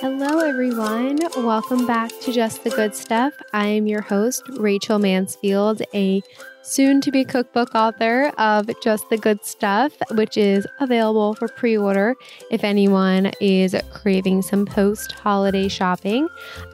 Hello, everyone. Welcome back to Just the Good Stuff. I am your host, Rachel Mansfield, a soon to be cookbook author of Just the Good Stuff, which is available for pre order if anyone is craving some post holiday shopping.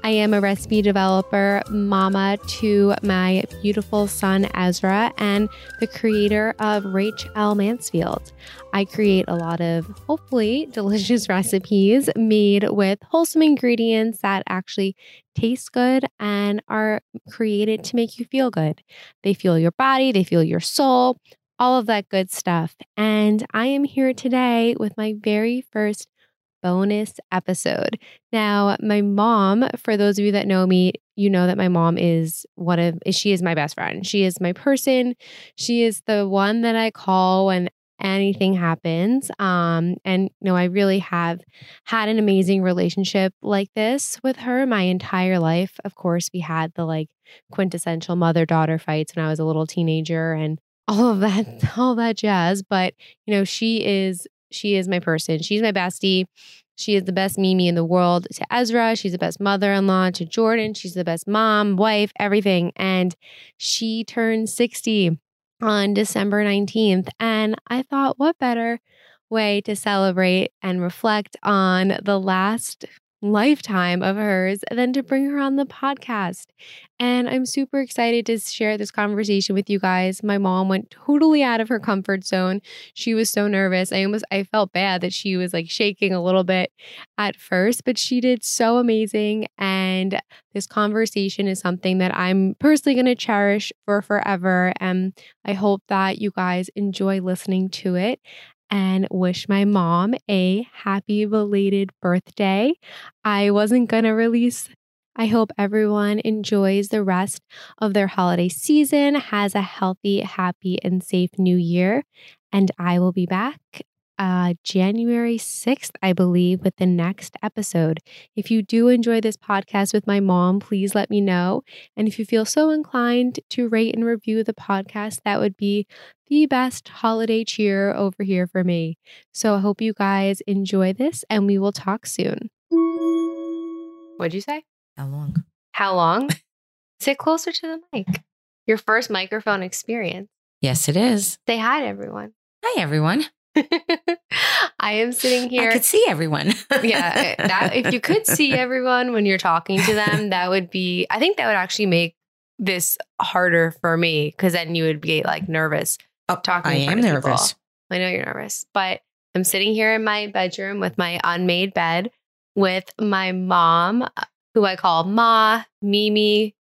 I am a recipe developer, mama to my beautiful son Ezra, and the creator of Rach L. Mansfield. I create a lot of hopefully delicious recipes made with wholesome ingredients that actually taste good and are created to make you feel good. They fuel your body, they fuel your soul, all of that good stuff. And I am here today with my very first bonus episode. Now, my mom, for those of you that know me, you know that my mom is one of she is my best friend. She is my person. She is the one that I call when anything happens. Um and no, I really have had an amazing relationship like this with her my entire life. Of course, we had the like quintessential mother-daughter fights when I was a little teenager and all of that all that jazz, but you know, she is she is my person. She's my bestie. She is the best Mimi in the world to Ezra. She's the best mother in law to Jordan. She's the best mom, wife, everything. And she turned 60 on December 19th. And I thought, what better way to celebrate and reflect on the last lifetime of hers than to bring her on the podcast. And I'm super excited to share this conversation with you guys. My mom went totally out of her comfort zone. She was so nervous. I almost I felt bad that she was like shaking a little bit at first, but she did so amazing and this conversation is something that I'm personally going to cherish for forever and I hope that you guys enjoy listening to it and wish my mom a happy belated birthday. I wasn't going to release. I hope everyone enjoys the rest of their holiday season, has a healthy, happy, and safe new year. And I will be back uh, January 6th, I believe, with the next episode. If you do enjoy this podcast with my mom, please let me know. And if you feel so inclined to rate and review the podcast, that would be the best holiday cheer over here for me. So I hope you guys enjoy this and we will talk soon. What'd you say? How long? How long? Sit closer to the mic. Your first microphone experience. Yes, it is. Say hi to everyone. Hi, everyone. I am sitting here. I could see everyone. yeah, eh, that, if you could see everyone when you're talking to them, that would be. I think that would actually make this harder for me because then you would be like nervous Oh, talking. I in front am of nervous. people. I know you're nervous, but I'm sitting here in my bedroom with my unmade bed with my mom, uh, who I call Ma, Mimi.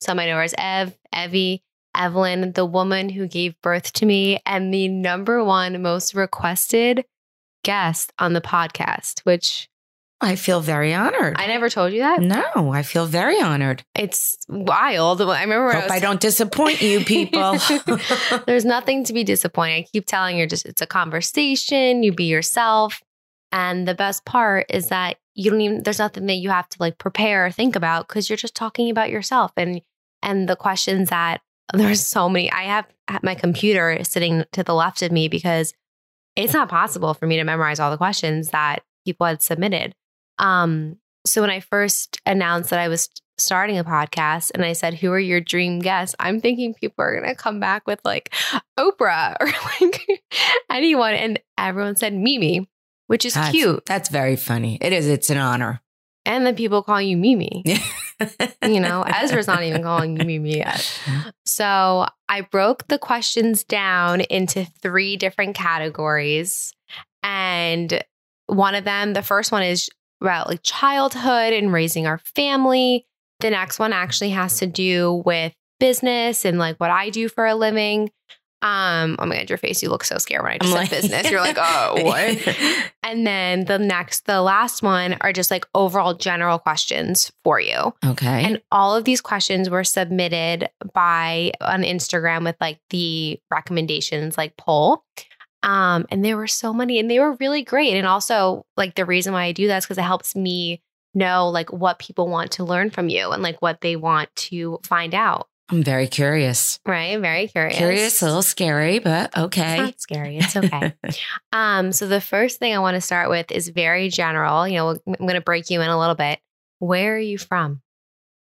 Some I know her as Ev, Evie, Evelyn, the woman who gave birth to me, and the number one most requested guest on the podcast, which I feel very honored. I never told you that. no, I feel very honored. It's wild. I remember when I Hope was I don't disappoint you, people. There's nothing to be disappointed. I keep telling you, just it's a conversation. You be yourself, and the best part is that you don't even. There's nothing that you have to like prepare or think about because you're just talking about yourself and and the questions that there's so many. I have at my computer sitting to the left of me because it's not possible for me to memorize all the questions that people had submitted. Um, so when I first announced that I was starting a podcast and I said, Who are your dream guests? I'm thinking people are going to come back with like Oprah or like anyone. And everyone said Mimi, which is That's- cute. That's very funny. It is. It's an honor. And then people call you Mimi. You know, Ezra's not even calling you Mimi yet. So I broke the questions down into three different categories. And one of them, the first one is about like childhood and raising our family. The next one actually has to do with business and like what I do for a living. Um, oh my god, your face, you look so scared when I just said business. You're like, oh, what? And then the next, the last one are just like overall general questions for you. Okay. And all of these questions were submitted by on Instagram with like the recommendations like poll. Um, and there were so many and they were really great. And also like the reason why I do that is because it helps me know like what people want to learn from you and like what they want to find out. I'm very curious. Right. Very curious. Uh-huh. Curious, a little scary, but It's okay. not scary. It's okay. um, so the first thing I want to start with is very general. You know, I'm going to break you in a little bit. Where are you from?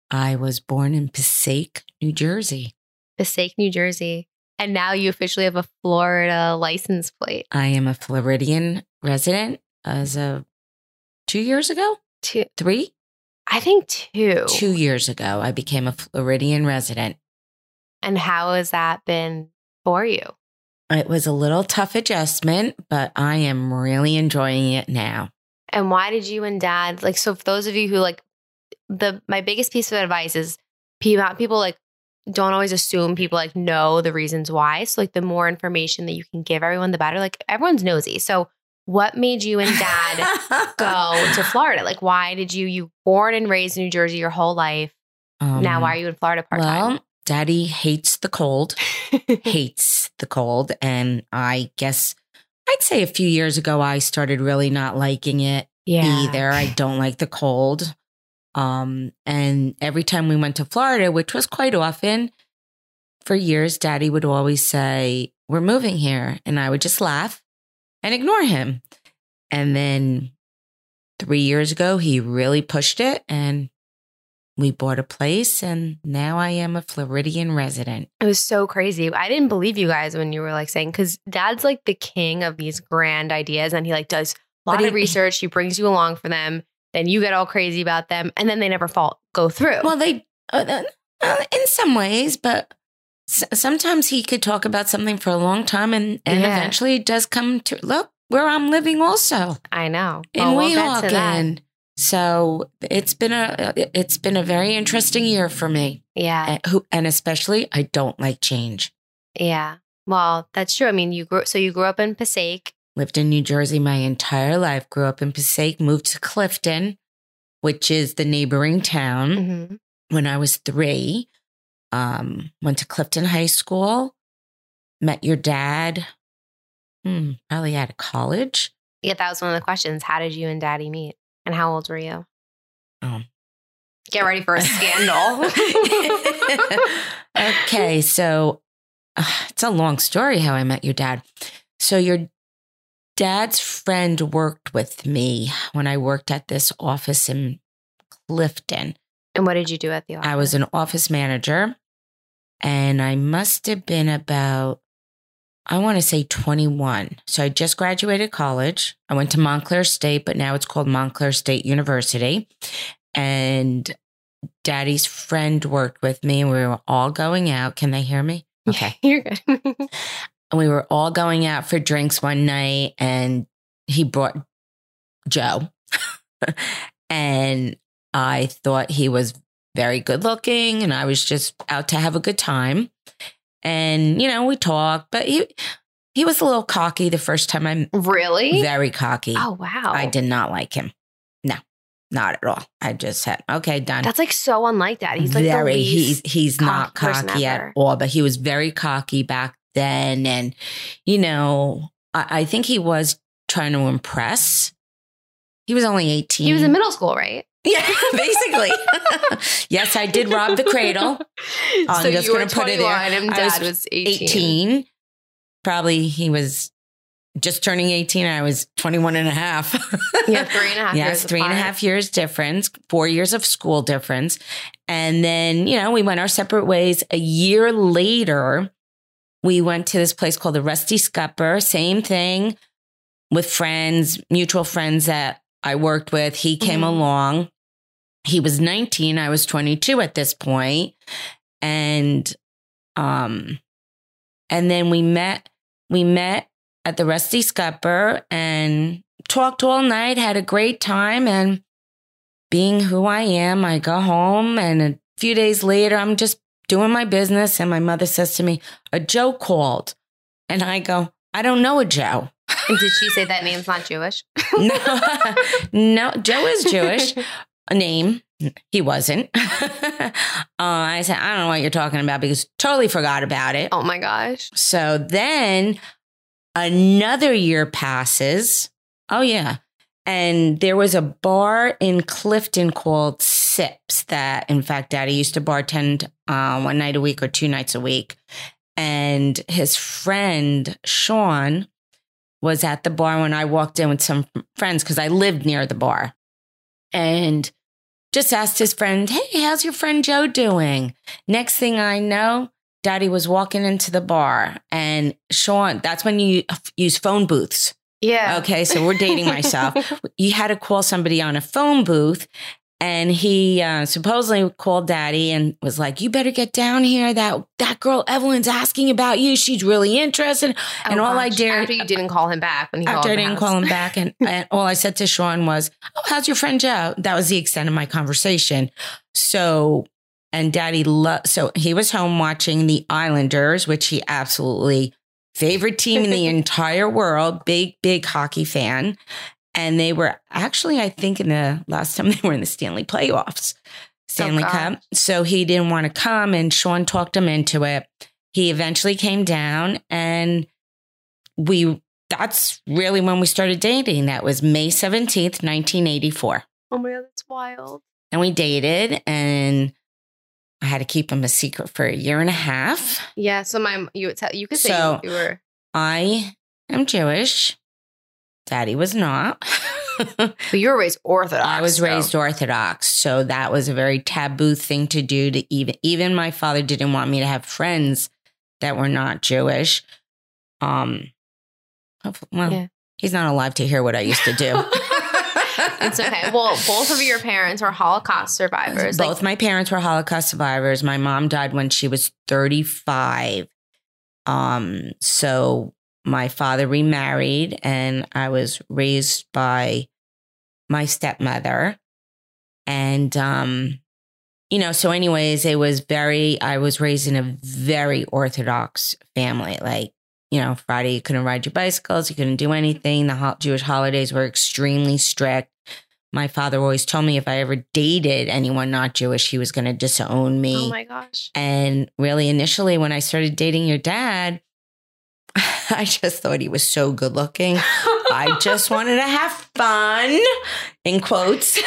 I was born in Passaic, New Jersey. Passaic, New Jersey, and now you officially have a Florida license plate. I am a Floridian resident as of two years ago, Two, three, I think two. two years ago. I became a Floridian resident. And how has that been for you? It was a little tough adjustment, but I am really enjoying it now. And why did you and dad like? So for those of you who like, the my biggest piece of advice is pe- people like don't always assume people like know the reasons why. So like the more information that you can give everyone, the better. Like everyone's nosy. So what made you and dad? go to Florida? Like, why did you you born and raised in New Jersey your whole life? Um, now, why are you in Florida part time? Well, daddy hates the cold, hates the cold. And I guess I'd say a few years ago, I started really not liking it either. I don't like the cold. Um, and every time we went to Florida, which was quite often for years, daddy would always say, We're moving here. And I would just laugh and ignore him. And then three years ago, he really pushed it and we bought a place. And now I am a Floridian resident. It was so crazy. I didn't believe you guys when you were like saying because dad's like the king of these grand ideas, and he like does a lot But of he- research. He brings you along for them, then you get all crazy about them, and then they never fall go through. Well, they, uh, uh, in some ways, but s- sometimes he could talk about something for a long time and, and Yeah. eventually it does come to look where I'm living also I know. in Oh, Well, we'll get to that. Weehawken. So it's been a uh, it's been a very interesting year for me, Yeah, and, who, and especially I don't like change. yeah. Well, that's true. I mean, you grew so you grew up in Passaic. Lived in New Jersey my entire life. Grew up in Passaic. Moved to Clifton, which is the neighboring town. Mm-hmm. when I was three. Um, went to Clifton High School, met your dad, hmm, probably out of college. Yeah, that was one of the questions. How did you and daddy meet? And how old were you? Um. Get ready for a scandal. okay, so uh, it's a long story how I met your dad. So your dad's friend worked with me when I worked at this office in Clifton. and what did you do at the office? I was an office manager and I must have been about, I want to say 21. So I just graduated college. I went to Montclair State, but now it's called Montclair State University. And daddy's friend worked with me and we were all going out. Can they hear me? Okay. You're good. And we were all going out for drinks one night and he brought Joe. and I thought he was very good looking and I was just out to have a good time. And you know, we talked, but he he was a little cocky the first time I met really? very cocky. oh wow. I did not like him. No. Not at all. I just said, okay, done That's like so unlike that. He's like the very least. he's he's not cocky person cocky ever. at all but he was very cocky back then and you know I, I think he was trying to impress he was only 18 he was in middle school, right? yeah basically yes i did rob the cradle Oh, I'm so just you were gonna put it there. 21 and I dad was, was 18. 18 probably he was just turning 18 i was 21 and a half Yeah, three and a half yes, years. three and a apart. half years difference, four years of school difference. And then, you know, we went our separate ways. A year later, we went to this place called the Rusty Scupper, same thing with friends, mutual friends that I worked with. He came Mhm. along. He was 19, I was 22 at this point. And um and then we met we met at the Rusty Scupper and talked all night, had a great time. And being who I am, I go home and a few days later, I'm just doing my business. And my mother says to me, A Joe called. And I go, I don't know a Joe. And did she say that name's not Jewish? No, no Joe is Jewish. A name. He wasn't. uh, I said, I don't know what you're talking about because totally forgot about it. oh my gosh. So then another year passes. Oh, yeah. And there was a bar in Clifton called sips that, in fact, daddy used to bartend uh, one night a week or two nights a week. And his friend, Sean, was at the bar when I walked in with some friends because I lived near the bar and just asked his friend, Hey, how's your friend Joe doing? Next thing I know, daddy was walking into the bar and Sean, that's when you use phone booths. Yeah. Oh Okay, so we're dating myself. you had to call somebody on a phone booth, and he uh, supposedly called Daddy and was like, "You better get down here. That that girl Evelyn's asking about you. She's really interested." Oh, and all I gosh. did after you didn't call him back when he called after I the didn't house. call him back, and, and all I said to Sean was, "Oh, how's your friend Joe?" That was the extent of my conversation. So, and Daddy, lo- so he was home watching the Islanders, which he absolutely favorite team in the entire world, big big hockey fan, and they were actually, I think, in the last time they were in the Stanley playoffs, Stanley God. Cup. So he didn't want to come, and Sean talked him into it. He eventually came down, and we that's really when we started dating. That was May 17th, 1984. Oh my god, that's wild. And we dated, and I had to keep him a secret for a year and a half. Yeah. So my you would tell you could say So- you, you were I am Jewish. Daddy was not. but you were raised Orthodox. I was though. raised Orthodox, so that was a very taboo thing to do. To even even my father didn't want me to have friends that were not Jewish. Um, hopef- well, Yeah. he's not alive to hear what I used to do. It's okay. Well, both of your parents were Holocaust survivors. Both Like, my parents were Holocaust survivors. My mom died when she was 35. Um, so my father remarried and I was raised by my stepmother. And um, you know, so anyways, it was very I was raised in a very orthodox family. Like, you know, Friday you couldn't ride your bicycles, you couldn't do anything. The ho- Jewish holidays were extremely strict my father always told me if I ever dated anyone not Jewish, he was going to disown me. oh my gosh. and really, initially, when I started dating your dad, I just thought he was so good looking. I just wanted to have fun, in quotes,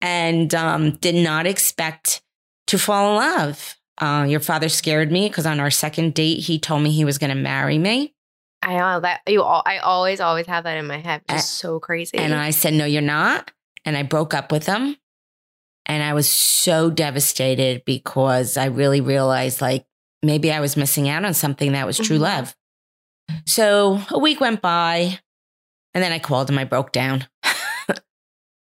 and um, did not expect to fall in love. Uh, your father scared me because on our second date, he told me he was going to marry me. I know that you all. I always always have that in my head. It's And- so crazy. And I said, No, you're not. And I broke up with him. And I was so devastated because I really realized like maybe I was missing out on something that was true Mhm. love. So a week went by and then I called him. I broke down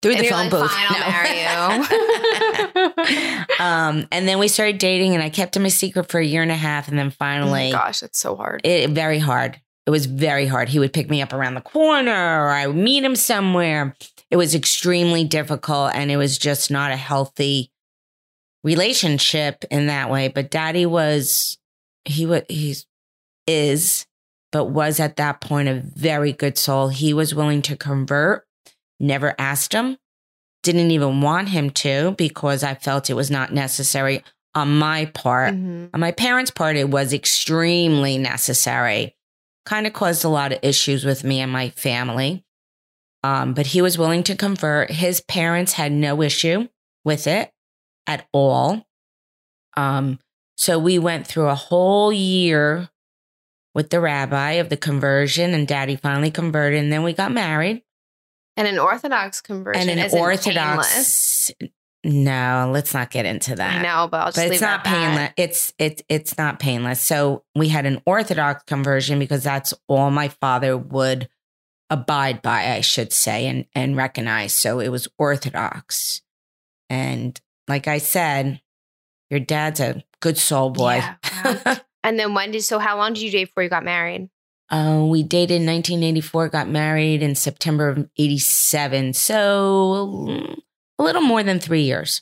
through And the you're like, phone booth. "Fine, I'll marry you. um, and then we started dating and I kept him a secret for a year and a half. And then oh my finally, gosh, that's so hard. it very hard. It was very hard. He would pick me up around the corner or I would meet him somewhere. It was extremely difficult and it was just not a healthy relationship in that way. But daddy was he was he's is, but was at that point a very good soul. He was willing to convert, never asked him, didn't even want him to because I felt it was not necessary on my part. Mhm. On my parents' part, it was extremely necessary. Kind of caused a lot of issues with me and my family. Um, but he was willing to convert. His parents had no issue with it at all. Um, so we went through a whole year with the rabbi of the conversion, and daddy finally converted, and then we got married And an Orthodox conversion and an isn't painless. Orthodox. No, let's not get into that. I know, but I'll just but leave it's it not at that. painless. It's it's it's not painless. So we had an Orthodox conversion because that's all my father would abide by, I should say, and and recognize. So it was Orthodox, and like I said, your dad's a good soul boy. Yeah, wow. And then when did so how long did you date before you got married? Uh, we dated in 1984, got married in September of 87. So mm, a little more than three years.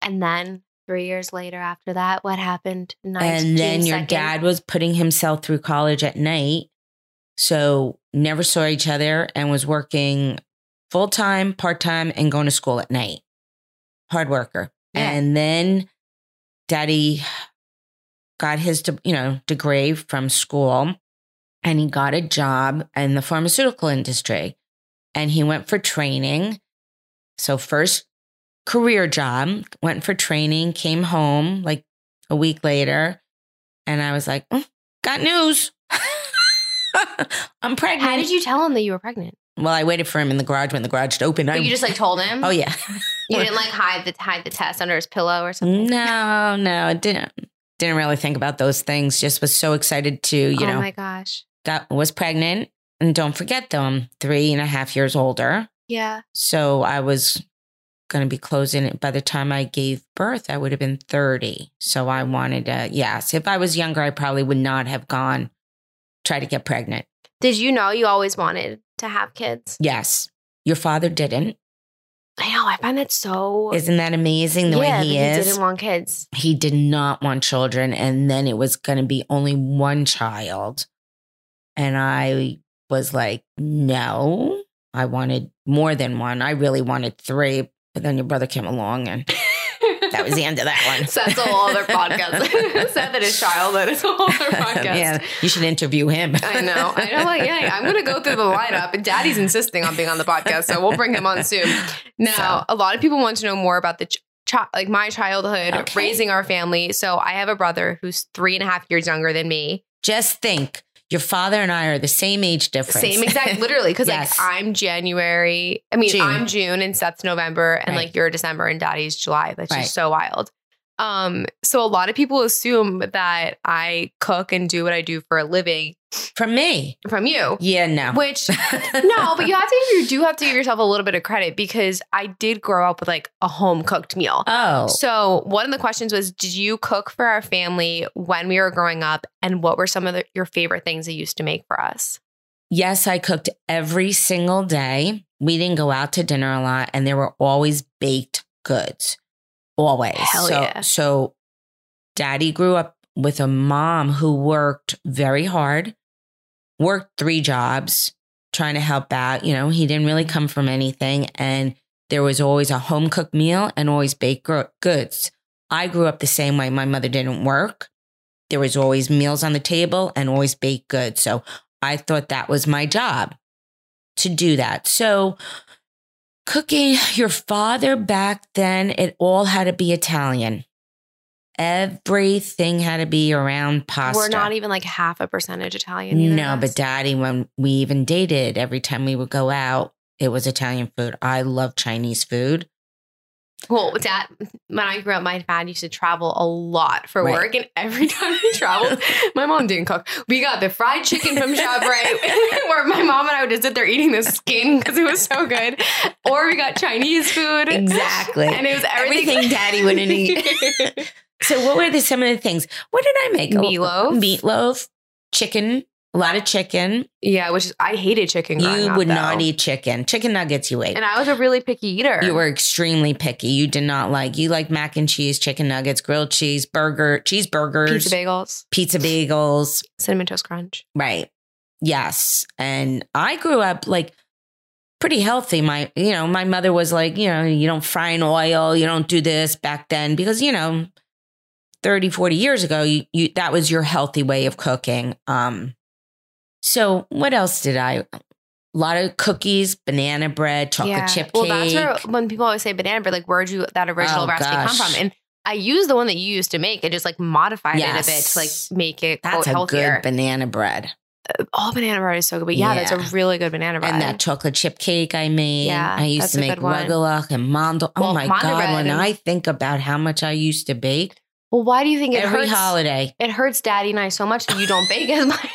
And then three years later after that, what happened? Nice. and then June your 2nd. dad was putting himself through college at night so never saw each other and was working full-time part-time and going to school at night hard worker Yeah. and then daddy got his de- you know degree from school and he got a job in the pharmaceutical industry and he went for training so first career job, went for training, came home like a week later, and I was like, "Mm, got news. I'm pregnant. How did you tell him that you were pregnant? Well, I waited for him in the garage when the garage opened. I, But you just like told him. oh yeah. You didn't like hide the hide the test under his pillow or something. no, no, I didn't didn't really think about those things. Just was so excited to, you oh know, my gosh. got was pregnant. And don't forget though, I'm three and a half years older. Yeah. So I was going to be closing it by the time I gave birth. I would have been 30. So I wanted to, yes, if I was younger, I probably would not have gone try to get pregnant. Did you know you always wanted to have kids? Yes. Your father didn't. I know. I find that so. Isn't that amazing the yeah, way he that is? didn't want kids. he did not want children. And then it was going to be only one child. And I was like, no, I wanted more than one. I really wanted three. But then your brother came along and that was the end of that one. So that's a whole other podcast. Said that his childhood is a whole other podcast. Yeah, you should interview him. I know. I know. Like, yeah, I'm going to go through the lineup. And Daddy's insisting on being on the podcast, so we'll bring him on soon. Now, So. a lot of people want to know more about the ch- chi- like my childhood, Okay. raising our family. So I have a brother who's three and a half years younger than me. Just think, your father and I are the same age difference. Same exact, literally, because Yes. like I'm January. I mean, June. I'm June and Seth's November, and Right. like you're December and Daddy's July. That's Right. just so wild. Um, so a lot of people assume that I cook and do what I do for a living From me. from you, Yeah, no. which no, but you have to. You do have to give yourself a little bit of credit because I did grow up with like a home cooked meal. Oh. So one of the questions was, did you cook for our family when we were growing up, and what were some of the, your favorite things that you used to make for us? Yes, I cooked every single day. We didn't go out to dinner a lot, and there were always baked goods. Always. Hell so, yeah. so daddy grew up with a mom who worked very hard, worked three jobs, trying to help out. You know, he didn't really come from anything. And there was always a home cooked meal and always baked gro- goods. I grew up the same way. My mother didn't work. There was always meals on the table and always baked goods. So I thought that was my job to do that. So cooking your father back then, it all had to be Italian. Everything had to be around pasta. We're not even like half a percentage Italian. either No, of but us. daddy, when we even dated, every time we would go out, it was Italian food. I love Chinese food. well, dad, when I grew up, my dad used to travel a lot for Right. work, and every time he traveled, my mom didn't cook. We got the fried chicken from Shabre, where my mom and I would just sit there eating the skin because it was so good, or we got Chinese food. Exactly. And it was everything, Everything daddy wouldn't eat. So, what were the, some of the things? What did I make? A- Meatloaf. meatloaf, chicken, a lot of chicken. yeah, which is, I hated chicken. growing You up, would though. not eat chicken. Chicken nuggets, you ate. And I was a really picky eater. You were extremely picky. You did not like. You liked mac and cheese, chicken nuggets, grilled cheese, burger, cheeseburgers, pizza bagels, pizza bagels. cinnamon toast crunch. Right. Yes. And I grew up like pretty healthy. My, you know, my mother was like, you know, you don't fry in oil, you don't do this back then because, you know, 30, 40 years ago, you, you that was your healthy way of cooking. Um so what else did I a lot of cookies, banana bread, chocolate chip cake. Well, that's where when people always say banana bread, like where'd you that original Oh, recipe come gosh. from? And I used the one that you used to make and just like modified it a bit Yes. to like make it quote that's a healthier. good banana bread. All banana bread is so good, but yeah, that's Yeah. a really good banana bread. And that chocolate chip cake I made. Yeah, I used that's to a make good one. rugelach and mandel. Well, oh my mandel bread God. When and- I think about how much I used to bake well, why do you think it every hurts? holiday, It hurts Daddy and I so much that you don't bake as much.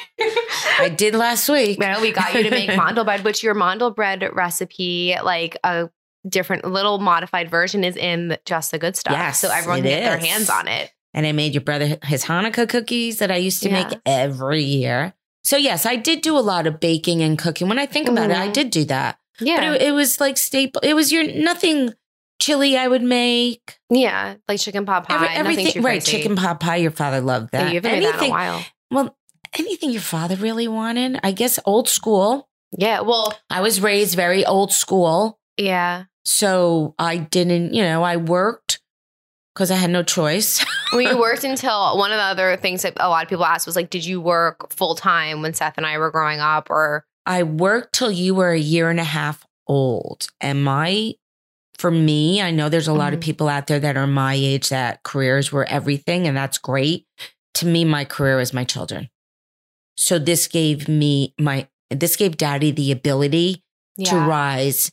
I did last week. Well, we got you to make mandel bread, which your mandel bread recipe, like a different little modified version, is in just the good stuff. Yes, so everyone can it get their is. hands on it. And I made your brother his Hanukkah cookies that I used to Yeah. make every year. So, yes, I did do a lot of baking and cooking. When I think about it, I Mhm. did do that. Yeah, But it, it was like staple. It was your nothing chili I would make. yeah, like chicken pot pie, Every- nothing too right. crazy. Chicken pot pie. Your father loved Yeah, that. you haven't made that in a while. Well, anything your father really wanted. I guess old school. Yeah. Well, I was raised very old school. yeah. So I didn't, you know, I worked because I had no choice. Well, you worked until one of the other things that a lot of people asked was like, did you work full time when Seth and I were growing up? Or I worked till you were a year and a half old. And my for me, I know there's a lot of Mhm. people out there that are my age that careers were everything, and that's great. To me, my career is my children. So this gave me my this gave daddy the ability to Yeah. rise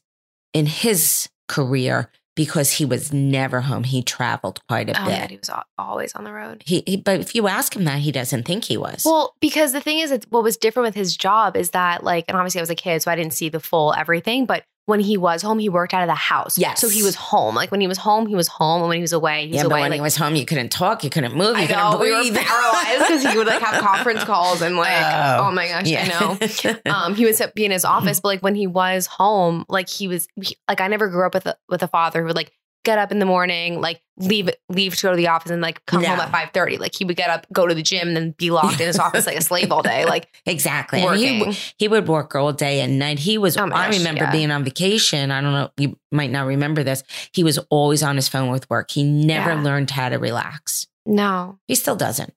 in his career because he was never home. He traveled quite a Oh, bit. yeah, he was al- always on the road. He, he, but if you ask him that, he doesn't think he was. Well, because the thing is, it's, what was different with his job is that, like, and obviously I was a kid, so I didn't see the full everything. But when he was home, he worked out of the house. Yes. So he was home. Like when he was home, he was home, and when he was away, he was yeah, but away. when like, he was home, you couldn't talk, you couldn't move, you I couldn't know we breathe. were paralyzed because he would like have conference calls and like, Oh. oh, my gosh, Yeah. I know. um, he would sit, be in his office, but like when he was home, like he was he- like I never grew up with a, with a father who would like get up in the morning, like leave leave to go to the office and like come home No. at five thirty. Like he would get up, go to the gym, and then be locked in his office like a slave all day, like exactly. And he- working. He would work all day and night. He was, Oh my I gosh, remember yeah. being on vacation. I don't know, you might not remember this. He was always on his phone with work. He never Yeah. learned how to relax. No, He still doesn't.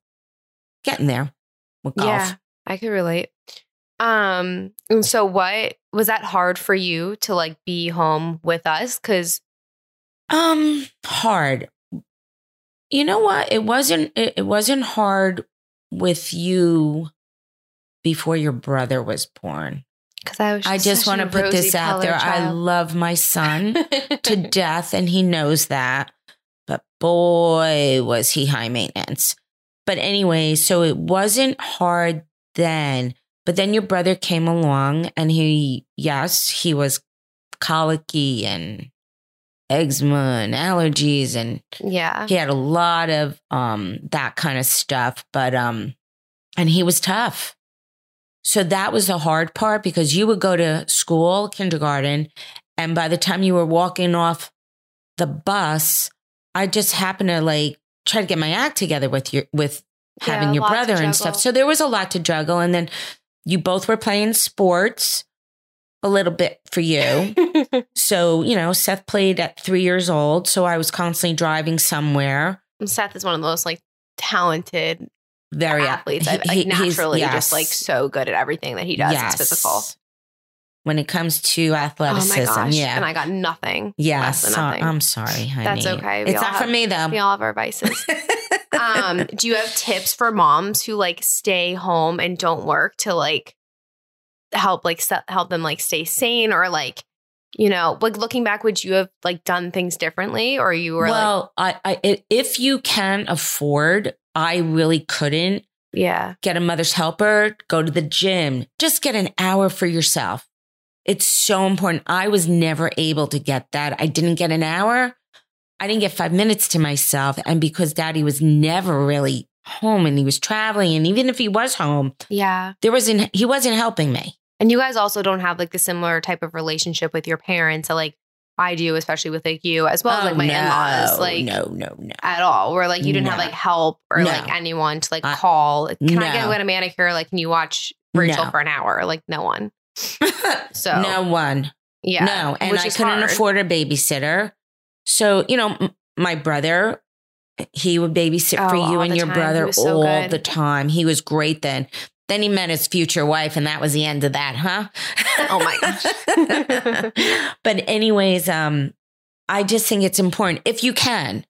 Getting there with golf. yeah, I could relate. Um, and so what was that hard for you to like be home with us? Because Um, hard. You know what? It wasn't, it, it wasn't hard with you before your brother was born. because I was. I just want to put this out there. I love my son. to death and he knows that. But boy, was he high maintenance. But anyway, so it wasn't hard then. But then your brother came along and he, yes, he was colicky and eczema and allergies and yeah. he had a lot of um that kind of stuff but um and he was tough so that was the hard part because you would go to school kindergarten and by the time you were walking off the bus i just happened to like try to get my act together with your with having Yeah, a your lot to brother and stuff juggle. so there was a lot to juggle and then you both were playing sports a little bit for you so you know seth played at three years old so i was constantly driving somewhere Seth is one of the most like talented very athletes. I've, Oh, he- like he- he's- naturally, yes. just like so good at everything that he does. It's physical. Yes. when it comes to Oh athleticism my gosh! yeah And I got nothing. yeah less than so- nothing. i'm sorry honey. That's okay. We it's all not for have- me though We all have our vices. um, do you have tips for moms who like stay home and don't work to like help like se- help them like stay sane or like you know like looking back would you have like done things differently or you were like well I, I i- if you can afford i really couldn't yeah get a mother's helper go to the gym just get an hour for yourself it's so important i was never able to get that i didn't get an hour i didn't get five minutes to myself and because daddy was never really home and he was traveling and even if he was home yeah there wasn't he wasn't helping me And you guys also don't have like the similar type of relationship with your parents that like I do, especially with like you, as well as Oh, like my no, in-laws, like no no no at all. Where like you didn't have No. like help or No. like anyone to like I- call. Like, can I No. get a manicure? Like, can you watch Rachel No. for an hour? Like, no one. So no one yeah, no and which i is couldn't hard. afford a babysitter so you know m- my brother he would babysit for Oh, you all and the your time. He brother was so all good. the time he was great then then he met his future wife and that was the end of that huh Oh my gosh. but anyways um i just think it's important if you can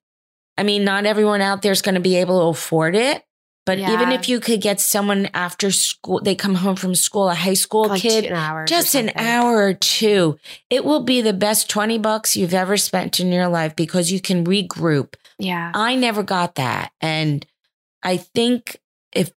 i mean not everyone out there is going to be able to afford it but even Yeah. if you could get someone after school they come home from school a high school Like, kid two hours or just an something. hour or two. It will be the best 20 bucks you've ever spent in your life because you can regroup. Yeah, I never got that. And I think if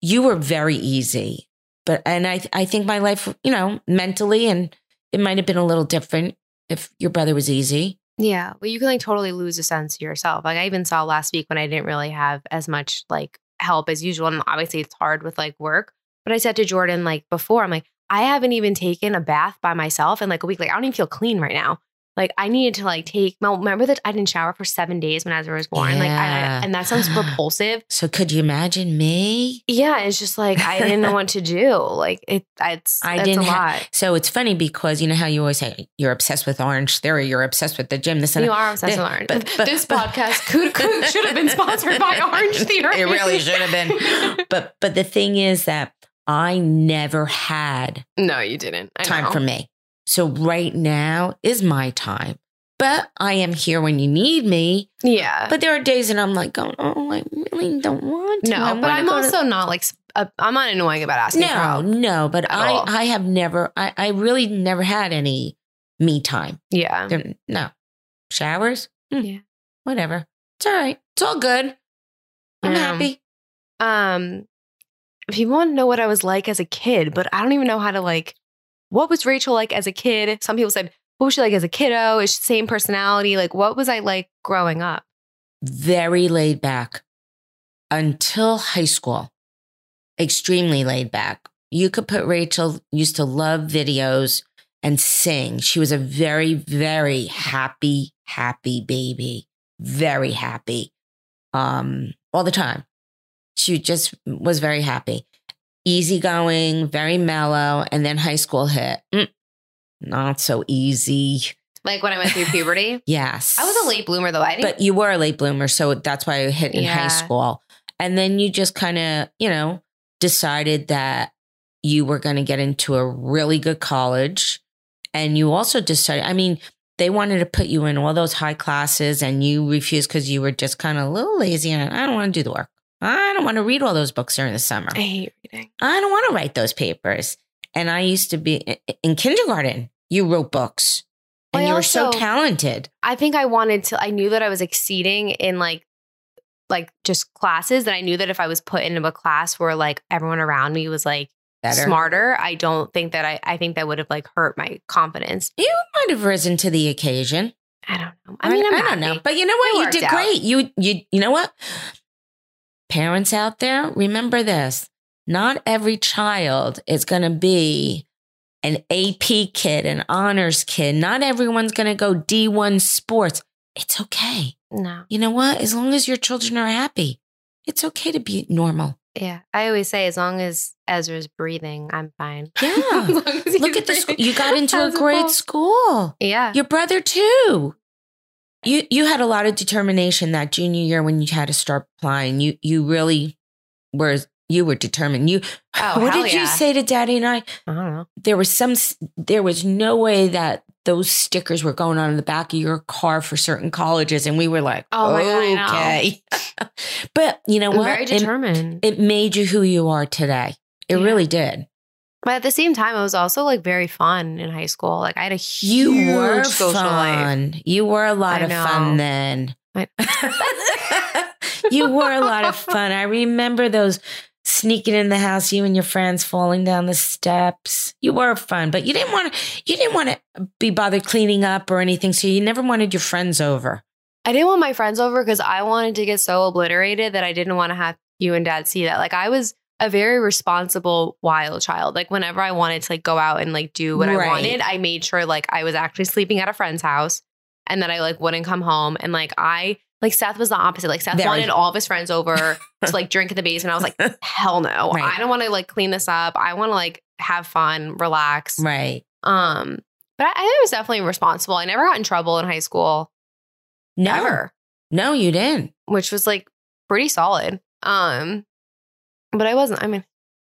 you were very easy, but, and I, I think my life, you know, mentally, and it might have been a little different if your brother was easy. yeah. Well, you can like totally lose a sense of yourself. Like I even saw last week when I didn't really have as much like help as usual, and obviously it's hard with like work. But I said to Jordan like before, I'm like, I haven't even taken a bath by myself in like a week. Like I don't even feel clean right now. Like I needed to like take. Well, remember that I didn't shower for seven days when Ezra was born. Like Yeah. I, and that sounds repulsive. So could you imagine me? Yeah, it's just like I didn't know what to do. Like it, it's I it's didn't a ha- lot. So it's funny because you know how you always say you're obsessed with Orange Theory, you're obsessed with the gym, this and You that. are obsessed with orange. but- but- this but- podcast could, could should have been sponsored by Orange Theory. It really should have been. But but the thing is that I never had No, you didn't. I time know. for me. So right now is my time. but I am here when you need me. Yeah. But there are days that I'm like going, oh, I really don't want to. no, I but wanna I'm go to- also not like, sp- uh, I'm not annoying about asking for no, help. no. But at I, all. I have never, I, I really never had any me time. Yeah. There- No, showers. Hmm. Yeah. whatever. It's all right. It's all good. I'm Yeah. happy. Um, people want to know what I was like as a kid, but I don't even know how to like. What was Rachel like as a kid? Some people said, "What was she like as a kiddo? Is she the same personality? Like, what was I like growing up?" Very laid back until high school. Extremely laid back. You could put Rachel used to love videos and sing. She was a very, very happy, happy baby. Very happy. Um, all the time. She just was very happy. Easygoing, very mellow. And then high school hit. Mm, not so easy. Like when I went through puberty, Yes. I was a late bloomer though. I didn't. But you were a late bloomer, so that's why I hit in Yeah. high school. And then you just kind of, you know, decided that you were going to get into a really good college. And you also decided, I mean, they wanted to put you in all those high classes and you refused because you were just kind of a little lazy and I don't want to do the work. I don't want to read all those books during the summer. I hate reading. I don't want to write those papers. And I used to be in kindergarten, you wrote books and I you were so also- talented. I think I wanted to. I knew that I was exceeding in like, like just classes. That I knew that if I was put into a class where like everyone around me was like Better. smarter, I don't think that I. I think that would have like hurt my confidence. You might have risen to the occasion. I don't know. I mean, I'm I don't know, but you know what? It you worked did out. great. You you you know what? Parents out there, remember this: not every child is going to be an AP kid, an honors kid. Not everyone's going to go D one sports. It's okay. no. You know what? As long as your children are happy, it's okay to be normal. Yeah, I always say as long as Ezra's breathing, I'm fine. Yeah. As long as he's Look at this. breathing. You got into a How's it great going? school. Yeah, Your brother too. You you had a lot of determination that junior year when you had to start applying. You you really were you were determined. You Oh, what hell did yeah. you say to Daddy and I? I don't know. There was some s- there was no way that those stickers were going on in the back of your car for certain colleges, and we were like, Oh my God, I know. okay. but you know I'm what? very It, determined, it made you who you are today. It Yeah. really did. but at the same time, it was also like very fun in high school. Like I had a huge You were social life. fun. You were a lot I of know. fun then. you were a lot of fun. I remember those sneaking in the house, you and your friends falling down the steps. You were fun, but you didn't want to. You didn't want to be bothered cleaning up or anything, so you never wanted your friends over. I didn't want my friends over because I wanted to get so obliterated that I didn't want to have you and dad see that. Like I was a very responsible wild child. Like whenever I wanted to like go out and like do what Right. I wanted, I made sure like I was actually sleeping at a friend's house and that I like wouldn't come home. And like I like Seth was the opposite. Like Seth Very. wanted all of his friends over to like drink in the basement. I was like, hell no. Right. I don't want to like clean this up. I want to like have fun, relax. right? Um but I, I was definitely responsible. I never got in trouble in high school. No, Ever no, you didn't. which was like pretty solid. Um, but I wasn't. I mean,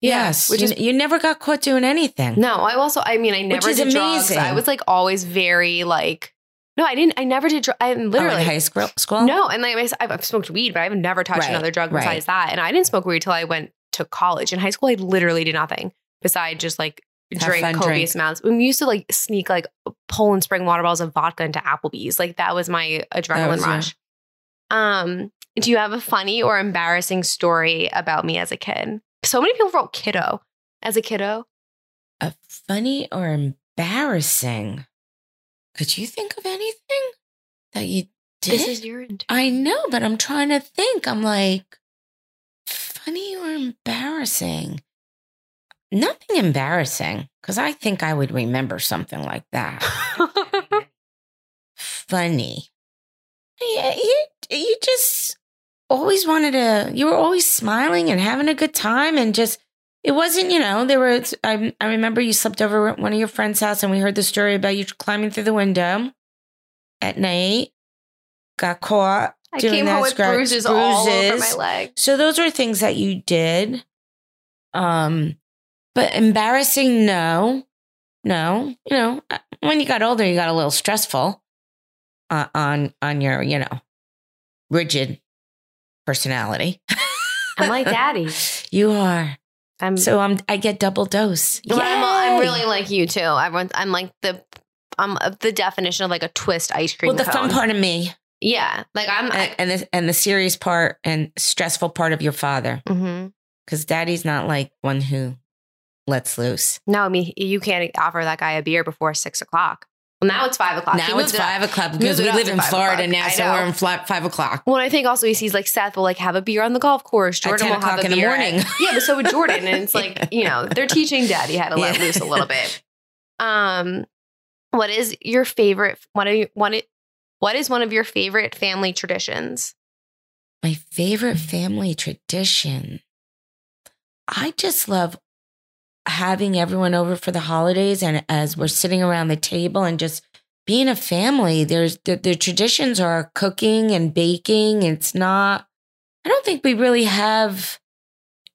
Yeah, yes, which you, is- you never got caught doing anything. no, I also. I mean, I never is did drugs. amazing. I was like always very like. No, I didn't. I never did. Dr- I Oh, in literally high school. school? no. And like I s- I've, I've smoked weed, but I've never touched Right, another drug right. besides that. And I didn't smoke weed till I went to college. In high school, I literally did nothing besides just like Have drink fun, copious drink. amounts. We used to like sneak like Poland Spring water bottles of vodka into Applebee's. Like that was my adrenaline was your- rush. Um, do you have a funny or embarrassing story about me as a kid? So many people wrote kiddo as a kiddo. a funny or embarrassing. Could you think of anything that you did? This is your inter- I know, but I'm trying to think. I'm like, funny or embarrassing? Nothing embarrassing, because I think I would remember something like that. funny. Yeah, you, you just always wanted to, you were always smiling and having a good time and just, it wasn't, you know, there were, I, I remember you slept over at one of your friend's house and we heard the story about you climbing through the window at night, got caught. I doing came that home with scratch- bruises, all over my bruises. leg. So those were things that you did. Um, but embarrassing, uh, no, no. You know, when you got older, you got a little stressful. uh, on on your you know rigid personality. I'm like daddy. you are. I'm So I'm I get double dose. Mm. Well, I'm, I'm Yay! really like you too. Everyone's I'm like the I'm of the definition of like a twist ice cream. well the cone. fun part Eh. of me Yeah. Like I'm and, and the and the serious part and stressful part of your father hmm because daddy's not like one who lets loose. No, I mean you can't offer that guy a beer before six o'clock. Well now it's five o'clock. He Now it's moved it up. five o'clock because Moved it we up live to in five Florida o'clock. now, I so know. we're in fla- five o'clock. Well, I think also he sees like Seth will like have a beer on the golf course. At Jordan 10 will have o'clock a in the beer at- morning. yeah, but so would Jordan, and it's like you know they're teaching Daddy how to let Yeah. loose a little bit. Um, what is your favorite? What are you, what? i- What is one of your favorite family traditions? My favorite family tradition. I just love having everyone over for the holidays and as we're sitting around the table and just being a family. There's the, the traditions are cooking and baking. It's not I don't think we really have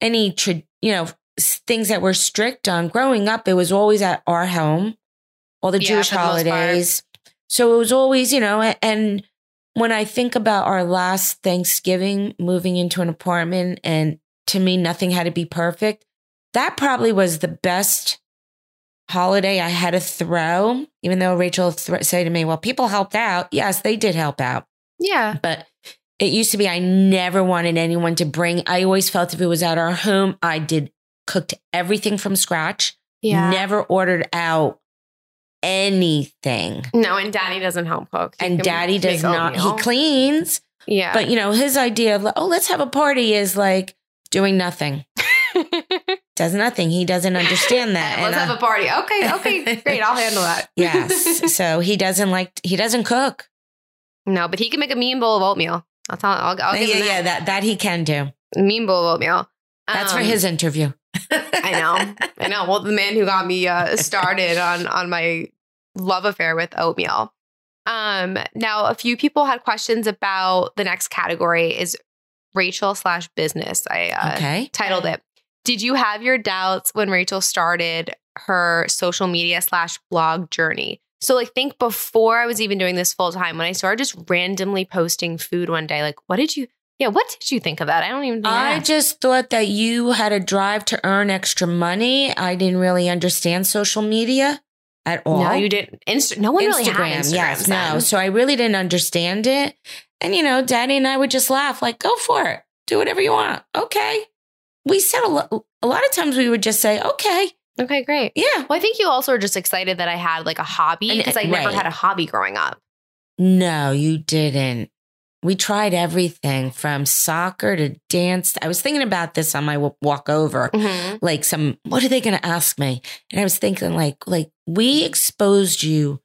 any tra- you know s- things that were strict on growing up. It was always at our home all the Yeah, Jewish for the most part. holidays. So it was always, you know, a- and when I think about our last Thanksgiving moving into an apartment and to me, nothing had to be perfect. That probably was the best holiday I had to throw, even though Rachel th- said to me, Well, people helped out. Yes, they did help out. Yeah, But it used to be I never wanted anyone to bring. I always felt if it was at our home, I did cooked everything from scratch, yeah. never ordered out anything. no, and Daddy doesn't home cook. He And can daddy does make not, oatmeal. he cleans, Yeah, but you know, his idea of oh, let's have a party is like doing nothing. Does nothing. He doesn't understand that. Let's And, have uh, a party. Okay, okay, great. I'll handle that. yes. So he doesn't like he doesn't cook. no, but he can make a mean bowl of oatmeal. I'll tell. I'll, I'll give yeah, him yeah, that. that that he can do. Mean bowl of oatmeal. That's for Um, his interview. I know. I know. Well, the man who got me uh, started on on my love affair with oatmeal. Um, now a few people had questions about the next category is Rachel slash business. I uh, okay. titled it. Did you have your doubts when Rachel started her social media slash blog journey? So like think before I was even doing this full time when I started just randomly posting food one day. Like, what did you? Yeah, what did you think of that? I don't even. Think I I asked. just thought that you had a drive to earn extra money. I didn't really understand social media at all. No, you didn't. Insta- no one really had Instagram. yes, no. then. So I really didn't understand it. And you know, Daddy and I would just laugh, like, "Go for it, do whatever you want." Okay. We said a, lo- a lot of times we would just say, "Okay, Okay, great. yeah." Well, I think you also are just excited that I had like a hobby And- because I never right. had a hobby growing up. No, you didn't. We tried everything from soccer to dance. I was thinking about this on my w- walk over. Mm. like some what are they going to ask me and i was thinking like like we exposed you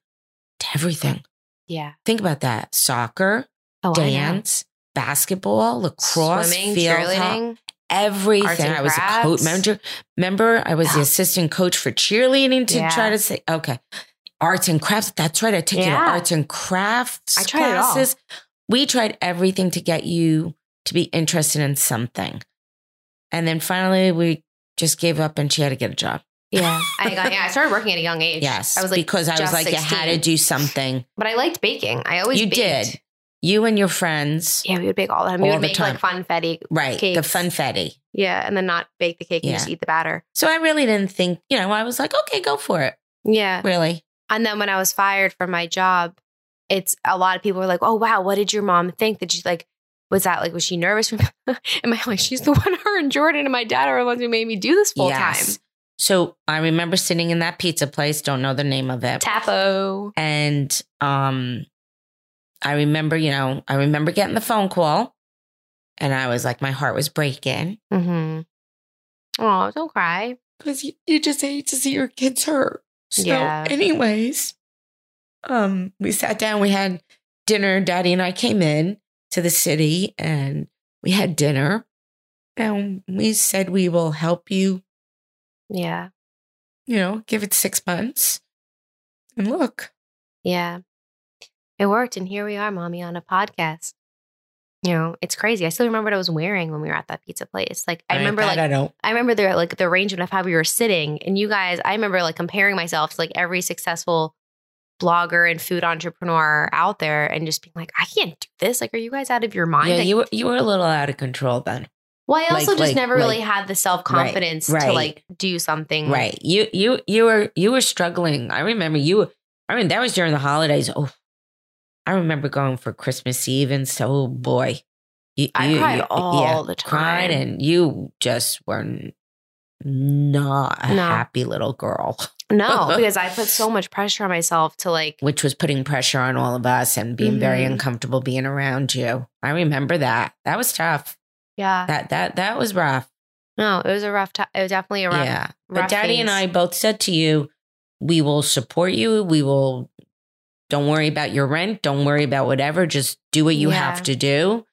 to everything Yeah. think about that soccer Oh, I know. dance basketball lacrosse swimming, field hockey, cheerleading. everything arts and i was a crafts. coach member remember i was the assistant coach for cheerleading to Yeah. try to say okay arts and crafts that's right i took you to Yeah. arts and crafts I tried it all. classes we tried everything to get you to be interested in something and then finally we just gave up and she had to get a job Yeah. I got, yeah. I started working at a young age. Yes, I was like, because I was just like, you had to 16. do something. but I liked baking. I always You baked. did. You and your friends, Yeah, we would bake all the time. We All would the make like time. funfetti. right? The Cakes. funfetti. Yeah, and then not bake the cake and Yeah. just eat the batter. So I really didn't think. You know, I was like, okay, go for it. Yeah. Really, And then when I was fired from my job, it's a lot of people were like, "Oh wow, what did your mom think? Did she like was that like was she nervous?" From and my like she's the one. Her and Jordan and my dad are the ones who made me do this full Yes. So I remember sitting in that pizza place. Don't know the name of it. time. Tapo. and um, I remember, you know, I remember getting the phone call, and I was like, my heart was breaking Mm-hmm. Oh, don't cry. because you, you just hate to see your kids hurt. So, Yeah. anyways, um, we sat down, we had dinner. Daddy and I came in to the city and we had dinner. And we said, we will help you, Yeah, you know, give it six months. And look, yeah. It worked, and here we are, mommy, on a podcast. You know, it's crazy. I still remember what I was wearing when we were at that pizza place. Like I remember, that like I don't. I remember the like the arrangement of how we were sitting, and you guys. I remember like comparing myself to like every successful blogger and food entrepreneur out there and just being like, I can't do this. Like, are you guys out of your mind? yeah, Like, you were you were a little out of control then. well, I also like- just like- never really like- had the self confidence right, to right. like do something. Right. You you you were you were struggling. I remember you I mean that was during the holidays. Oh I remember going for Christmas Eve and so oh boy. You, I you- cried you- all yeah, the time. cried and you just were n- not a No. happy little girl, No, because I put so much pressure on myself to like, which was putting pressure on all of us and being very Mhm. uncomfortable being around you. I remember that. That was tough. yeah. That that that was rough. No, it was a rough time. It was definitely a rough Yeah. rough But Daddy and phase. I both said to you, we will support you. We will, don't worry about your rent. Don't worry about whatever. Just do what you Yeah. have to do.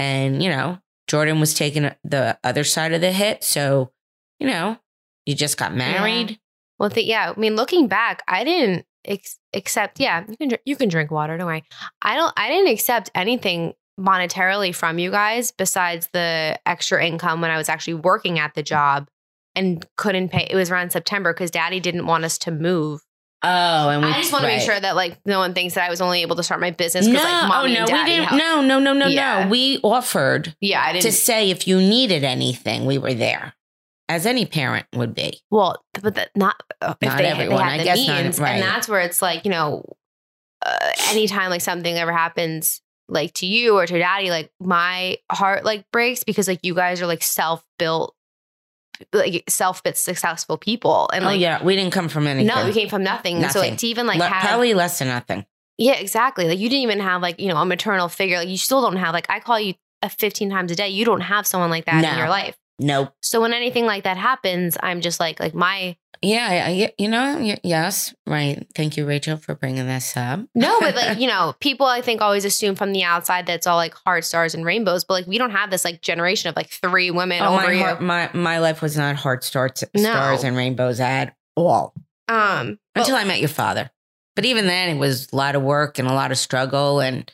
And, you know, Jordan was taking the other side of the hit. So, you know, you just got married. Well, th- yeah. I mean, looking back, I didn't ex- accept. Yeah, you can dr- you can drink water. Don't worry. I don't. I didn't accept anything monetarily from you guys besides the extra income when I was actually working at the job and couldn't pay. It was around September because Daddy didn't want us to move. Oh, and we I just want to right. make sure that like no one thinks that I was only able to start my business because like mommy no, and Daddy. we didn't. helped. No, no, no, no, Yeah. no. We offered Yeah, I to didn't. say if you needed anything, we were there, as any parent would be. Well, th- but that, not uh, if Not they, everyone, they had I the guess not, means, right. and that's where it's like you know, uh, anytime like something ever happens like to you or to daddy, like my heart like breaks because like you guys are like self built, like self built successful people, and oh, like yeah. We didn't come from anything. no, you came from nothing, And so like Nothing. to even like Le- have probably less than nothing. yeah, exactly. Like you didn't even have like you know a maternal figure. Like you still don't have like I call you uh, fifteen times a day. You don't have someone like that in No. your life. Nope. So when anything like that happens, I'm just like like my Yeah, I- I- you know, y- yes, right. Thank you, Rachel, for bringing this up. No, but like, you know, people I think always assume from the outside that's all like hard stars and rainbows, but like we don't have this like generation of like three women oh, over my, you. heart, my my life was not hard starts, No. stars and rainbows at all Um but- until I met your father. But even then, it was a lot of work and a lot of struggle, and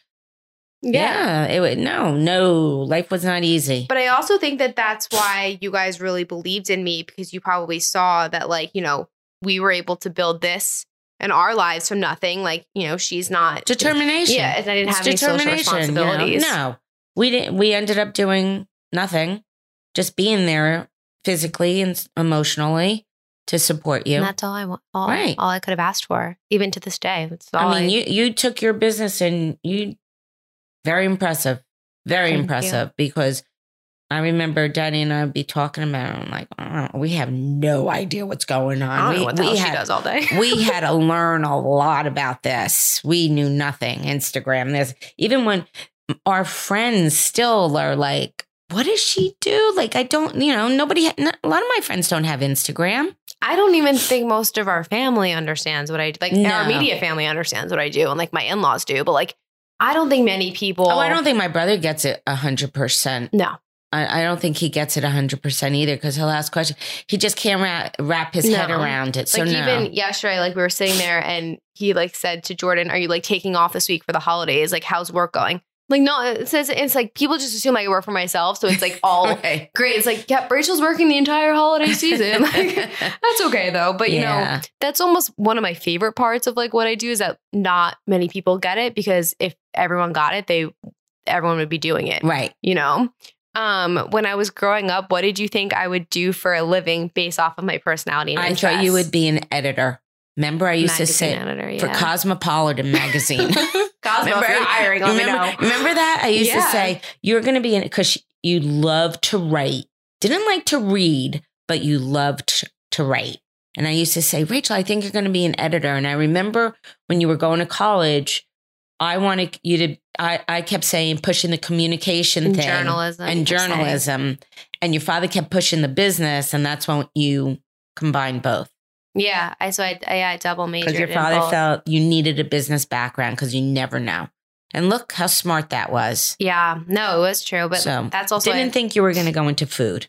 yeah. yeah, it would no, no, life was not easy. But I also think that that's why you guys really believed in me because you probably saw that like, you know, we were able to build this and our lives from nothing. Like, you know, she's not determination, Yeah, and I didn't It's have any social you know? responsibilities. No, we didn't. We ended up doing nothing, just being there physically and s- emotionally to support you. And that's all I want. All, Right. all I could have asked for, even to this day. It's all I mean, you you took your business and you very impressive, very Thank you. impressive. Because I remember Daddy and I would be talking about, it, and like, oh, we have no idea what's going on. I don't we, know what the we hell she had, does all day. we had to learn a lot about this. We knew nothing. Instagram this, even when our friends still are like. What does she do? Like, I don't, you know, nobody, ha- n- a lot of my friends don't have Instagram. I don't even think most of our family understands what I do. Like our No. media family understands what I do, and like my in laws do. But like, I don't think many people. oh, I don't think my brother gets it 100%. No, I, I don't think he gets it 100% either because he'll ask questions. He just can't wrap, wrap his No. head around it. So, like no. even yesterday, like we were sitting there, and he like said to Jordan, "Are you like taking off this week for the holidays? Like, how's work going?" Like, no, it says it's like people just assume I work for myself, so it's like all Okay. great. It's like, yeah, Rachel's working the entire holiday season. Like, that's okay though. But you know, yeah. that's almost one of my favorite parts of like what I do is that not many people get it because if everyone got it, they everyone would be doing it, right. you know? Um, when I was growing up, what did you think I would do for a living based off of my personality? And I thought you interests? would be an editor. Remember, I used Magazine to sit editor, yeah. for Cosmopolitan magazine. Cosmo, if Remember- you're hiring, let me remember, know. remember that? I used Yeah. to say, you're going to be in it because you love to write. Didn't like to read, but you loved to- to write. And I used to say, Rachel, I think you're going to be an editor. And I remember when you were going to college, I wanted you to, I, I kept saying, pushing the communication And thing journalism and per se. journalism. And your father kept pushing the business. And that's when you combined both. Yeah, I so I I, I double majored. Because your in father both. felt you needed a business background because you never know. And look how smart that was. Yeah, no, it was true, but So, that's also Didn't think you were going to go into food.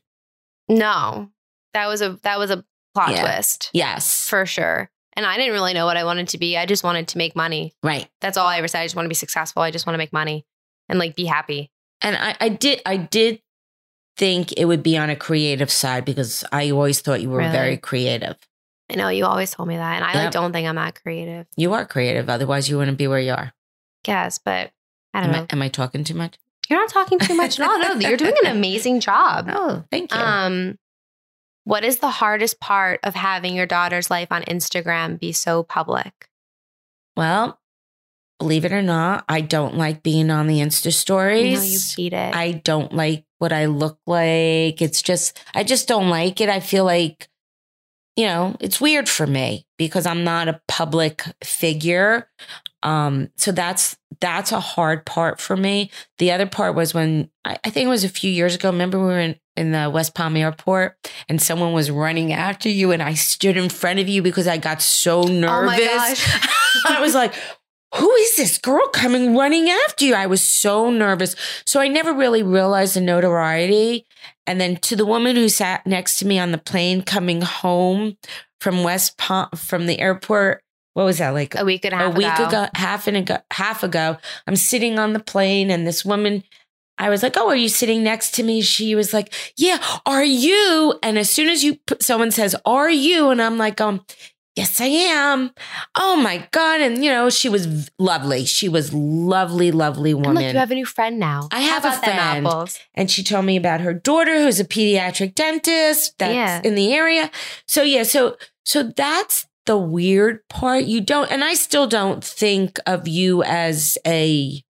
no, that was a that was a plot Yeah. twist. Yes. for sure. And I didn't really know what I wanted to be. I just wanted to make money. right. That's all I ever said. I just want to be successful. I just want to make money and like be happy. And I, I did I did think it would be on a creative side because I always thought you were Really? very creative. I know you always told me that, and I like Yep. don't think I'm that creative. You are creative. Otherwise, you wouldn't be where you are. Guess, but I don't Am know. I, am I talking too much? You're not talking too much at all. No, you're doing an amazing job. No, thank you. Um, what is the hardest part of having your daughter's life on Instagram be so public? well, believe it or not, I don't like being on the Insta stories. I know you hate it. I don't like what I look like. It's just, I just don't like it. I feel like, you know, it's weird for me because I'm not a public figure. Um, so that's that's a hard part for me. The other part was when I, I think it was a few years ago. Remember we were in, in the West Palm Airport and someone was running after you, and I stood in front of you because I got so nervous. oh my gosh. I was like, who is this girl coming running after you? I was so nervous. So I never really realized the notoriety. And then to the woman who sat next to me on the plane coming home from West Palm, from the airport, what was that like? a week and a half a week ago. ago, half an ago, half ago, I'm sitting on the plane and this woman, I was like, "Oh, are you sitting next to me?" She was like, "Yeah, are you?" And as soon as you put, someone says, "Are you?" and I'm like, "Um, yes, I am." Oh my god! And you know, she was v- lovely. She was lovely, lovely I'm woman. like, you have a new friend now. I How have a about them friend. apples? and she told me about her daughter who's a pediatric dentist that's Yeah. in the area. So yeah, so so that's the weird part. You don't and I still don't think of you as a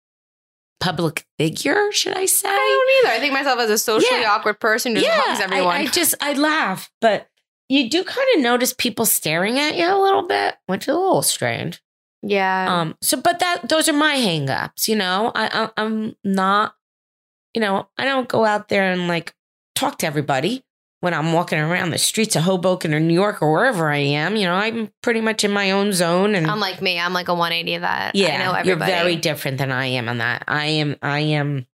public figure, should I say? I don't either. I think myself as a socially Yeah. awkward person who just hugs I- everyone. I, just I laugh, but you do kind of notice people staring at you a little bit, which is a little strange. yeah. Um. So, but that those are my hangups. You know, I, I I'm not. You know, I don't go out there and like talk to everybody when I'm walking around the streets of Hoboken or New York or wherever I am. You know, I'm pretty much in my own zone, and Unlike me, I'm like a 180 of that. yeah, I know you're everybody. very different than I am on that. I am. I am.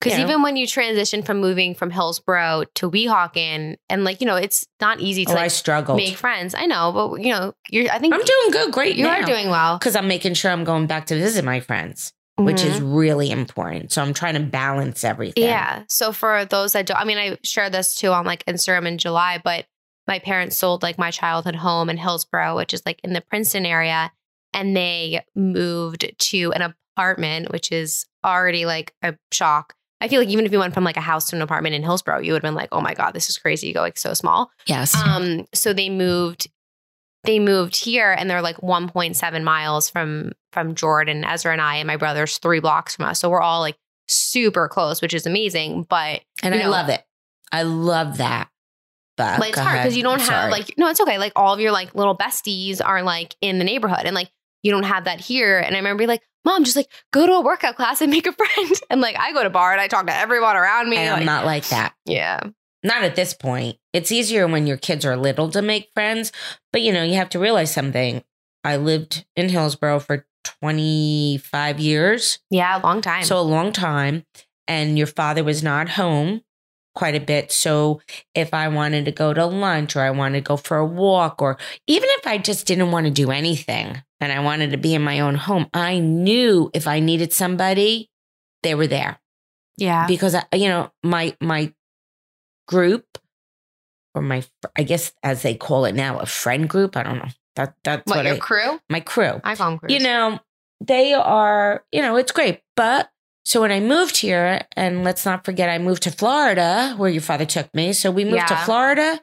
Because Yeah. even when you transition from moving from Hillsborough to Weehawken, and like you know, it's not easy to Oh, I like struggled. make friends. I know, but you know, you're. I think I'm doing good. Great. you are doing well, because I'm making sure I'm going back to visit my friends, which Mhm. is really important. So I'm trying to balance everything. Yeah. So for those that don't, I mean, I shared this too on like Instagram in July, but my parents sold like my childhood home in Hillsborough, which is like in the Princeton area, and they moved to an apartment, which is already like a shock. I feel like even if you went from like a house to an apartment in Hillsborough, you would have been like, oh my God, this is crazy. You go like so small. Yes. Um, so they moved, they moved here, and they're like 1.7 miles from from Jordan, Ezra and I, and my brother's three blocks from us. So we're all like super close, which is amazing. But and you I know. love it. I love that. But like, it's go hard because ahead. you don't Oh, I'm have sorry. like no, it's okay. Like all of your like little besties are like in the neighborhood, and like you don't have that here. And I remember being like, Mom, just like go to a workout class and make a friend. And like I go to bar and I talk to everyone around me. I am like- not like that. yeah, Not at this point. It's easier when your kids are little to make friends, but you know, you have to realize something. I lived in Hillsborough for 25 years. yeah, long time. So a long time. And your father was not home quite a bit. So if I wanted to go to lunch or I wanted to go for a walk, or even if I just didn't want to do anything and I wanted to be in my own home, I knew if I needed somebody, they were there yeah, because I, you know my my group or my fr- I guess as they call it now a friend group. I don't know that that's what what, your I, crew? my crew I call them crews. you know, they are, you know, it's great. But so when I moved here, and let's not forget, I moved to Florida where your father took me. So we moved to Yeah. Florida,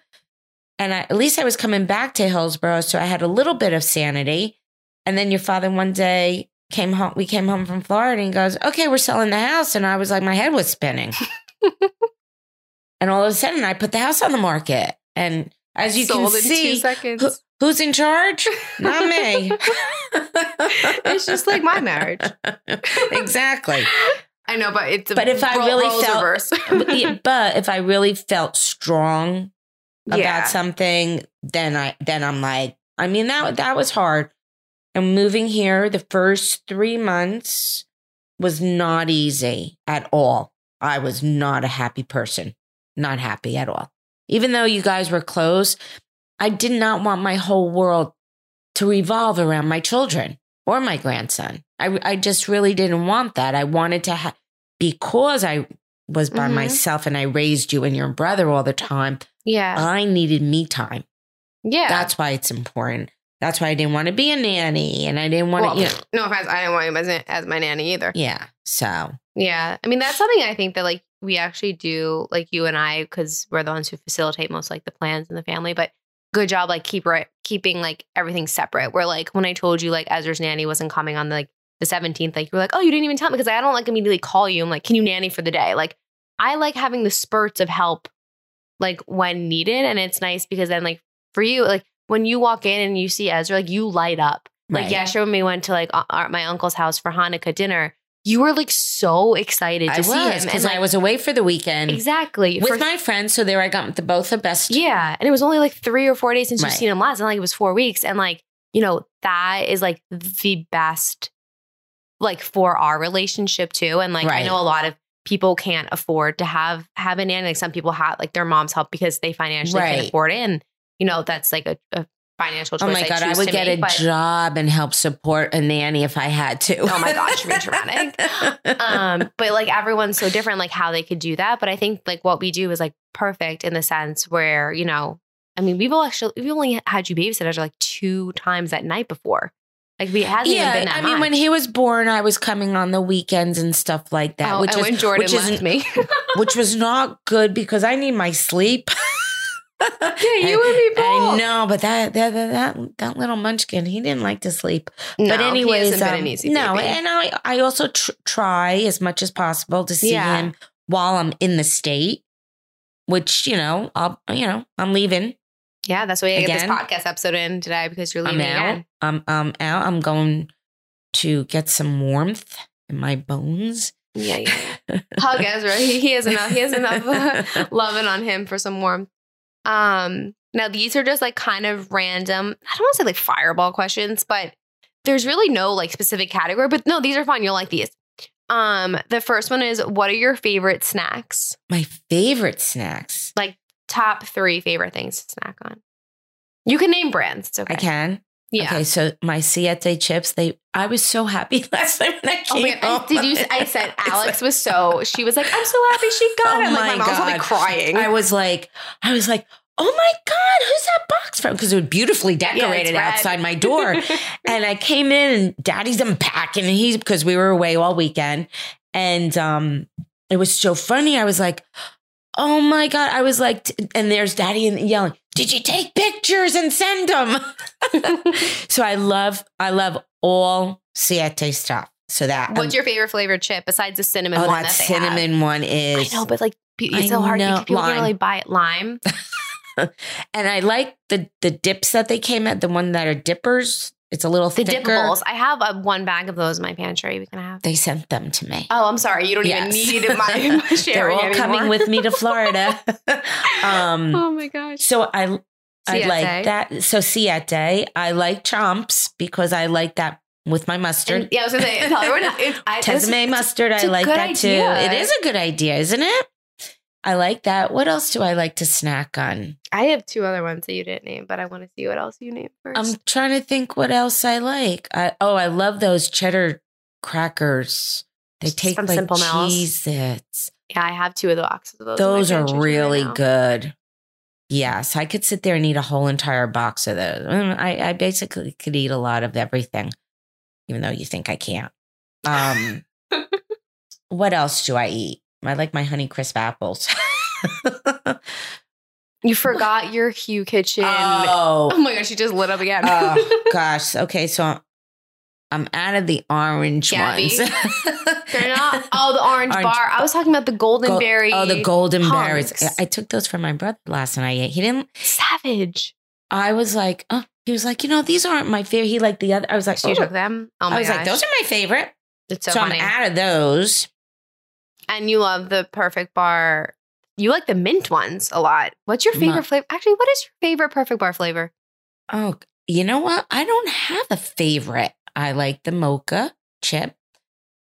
and I, at least I was coming back to Hillsborough. So I had a little bit of sanity. And then your father one day came home, we came home from Florida and he goes, Okay, we're selling the house. And I was like, My head was spinning. and all of a sudden, I put the house on the market. And as you Sold can in two see, seconds. who- who's in charge? Not me. it's just like my marriage. exactly. I know, but it's But if I ro- really roles felt- reverse. but if I really felt strong about yeah. something, then I then I'm like, I mean that that was hard. And moving here, the first three months was not easy at all. I was not a happy person, not happy at all. Even though you guys were close, I did not want my whole world to revolve around my children or my grandson. I, I just really didn't want that. I wanted to ha- because I was by Mhm. myself and I raised you and your brother all the time. yeah. I needed me time. Yeah. Uh, That's why it's important. That's why I didn't want to be a nanny and I didn't want Well, to, you know, no offense, I didn't want him as, as my nanny either. yeah. So Yeah. I mean, that's something I think that like we actually do, like you and I, because we're the ones who facilitate most like the plans in the family, but good job like keep right keeping like everything separate. Where like when I told you like Ezra's nanny wasn't coming on like the 17th, like you were like, Oh, you didn't even tell me because I don't like immediately call you. I'm like, Can you nanny for the day? Like I like having the spurts of help like when needed. And it's nice because then like for you, like when you walk in and you see Ezra, like you light up. Like right. yeah, sure. When we went to like uh, uh, my uncle's house for Hanukkah dinner, you were like so excited to I see was him, because like, I was away for the weekend exactly with for- my friends. So there I got the both the best. yeah, and it was only like three or four days since Right. you've seen him last, and like it was four weeks, and like you know that is like the best, like for our relationship too, and like I Right. know a lot of people can't afford to have have a nanny. Like some people have like their mom's help because they financially Right. can't afford it, and you know that's like a, a financial choice. Oh my God. I choose would to get make, a but- job and help support a nanny if I had to. Oh my gosh, you're being dramatic. um but like everyone's so different like how they could do that but i think like what we do is like perfect in the sense where you know i mean we've all actually we've only had you babysit us like two times that night before like we it hasn't even been yeah. that I mean, when he was born, I was coming on the weekends and stuff like that, oh, which, and was, when jordan which is- left me which was not good because I need my sleep. yeah you and me I know, but that that that that, that little munchkin, he didn't like to sleep. no, but anyways, he hasn't been um, an easy no, baby. and I I also tr- try as much as possible to see Yeah. him while I'm in the state, which you know I'll you know I'm leaving. yeah that's why i get this again. podcast episode in today because you're I'm leaving out. again I'm I'm out. I'm going to get some warmth in my bones. yeah, yeah. hug Ezra. He, he has enough. He has enough uh, loving on him for some warmth. Um, now these are just like kind of random. I don't want to say like fireball questions, but there's really no like specific category. But no, these are fun. You'll like these. Um, the first one is what are your favorite snacks? my favorite snacks. Top three favorite things to snack on. You can name brands. It's okay. I can. Yeah. Okay, so my Siete chips. They. I was so happy last night when I Oh came. my God. I- home. Did you? I said Alex was so. She was like, "I'm so happy she got Oh it." I'm like my, my mom's probably God. crying. I was like, I was like, oh my God, who's that box from? Because it was beautifully decorated red. outside my door. and I came in and daddy's unpacking and he's because we were away all weekend. And um it was so funny. I was like, oh my God. I was like, t- and there's daddy and yelling, did you take pictures and send them? so I love, I love all Siete stuff. So that What's your favorite flavored chip besides the cinnamon Um, oh, one? that that they have? cinnamon one I is know, but like pe- it's I so hard. know. to People can't Lime. really buy it. Lime. And I like the the dips that they came at, the one that are dippers. It's a little The thicker. dippables. I have a, one bag of those in my pantry. We can have. They sent them to me. Oh, I'm sorry. You don't Yes. even need my, my They're sharing all anymore. coming with me to Florida. um, my gosh. so I I like Oh. Siete. that. So siete. I like chomps because I like that with my And, mustard. yeah, I was gonna say tell everyone. It's, I, this Tesme is- mustard. it's I a like good that too. idea. It is a good idea, isn't it? I like that. What else do I like to snack on? I have two other ones that you didn't name, but I want to see what else you name 1st I'm trying to think what else I like. I, oh, I love those cheddar crackers. They Just take from like Simple Mills. Cheez-Its. yeah, I have two of the boxes of those. in my Those are pantry right really now. good. Yes, I could sit there and eat a whole entire box of those. Mm, I, I basically could eat a lot of everything, even though you think I can't. Um, what else do I eat? I like my Honey Crisp apples. You forgot your Hue Kitchen. oh, Oh my gosh, she just lit up again. Oh gosh. Okay, so I'm, I'm out of the orange Gabby. ones. They're not. Oh, the orange, Orange bar. I was talking about the golden Go- berry. Oh, the golden berries. hunks. I took those for my brother last night. He didn't. savage. I was like, oh, he was like, you know, these aren't my favorite. He liked the other. I was like, So you oh. took them. Oh my I was gosh, like, those are my favorite. it's so, So, I'm funny. out of those. and you love the perfect bar. You like the mint ones a lot. What's your My- favorite flavor? Actually, what is your favorite perfect bar flavor? Oh, you know what? I don't have a favorite. I like the mocha chip.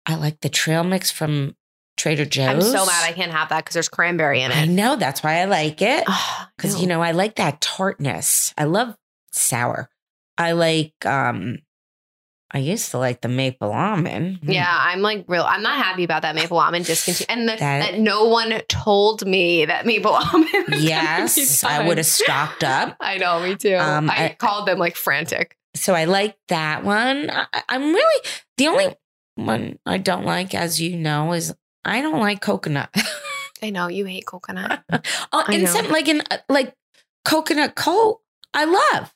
I like the trail mix from Trader Joe's. I'm so mad I can't have that because there's cranberry in I it. know that's why I like it. because you know, know I like that tartness. I love sour. I like um I used to like the maple almond. Mm. Yeah, I'm like real. I'm not happy about that maple almond discontinue. And the, That- that no one told me that maple almond. was gonna be Yes, I done. would have stocked up. I know, me too. Um, I, I- called them like frantic. So I like that one. I, I'm really the only one I don't like, as you know, is I don't like coconut. I know you hate coconut. Oh, I and know. some like in like coconut cold, I love,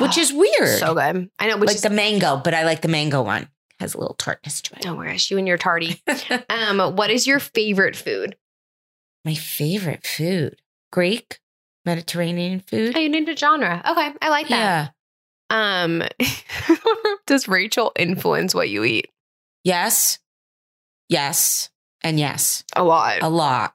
which Oh, is weird. so good. I know, which like is the mango, but I like the mango one. Has a little tartness to it. oh my gosh, you and your tardy. um, what is your favorite food? My favorite food, Greek, Mediterranean food. Oh, you need a genre. Okay, I like that. yeah. Um, does Rachel influence what you eat? Yes. Yes. And yes. A lot. A lot.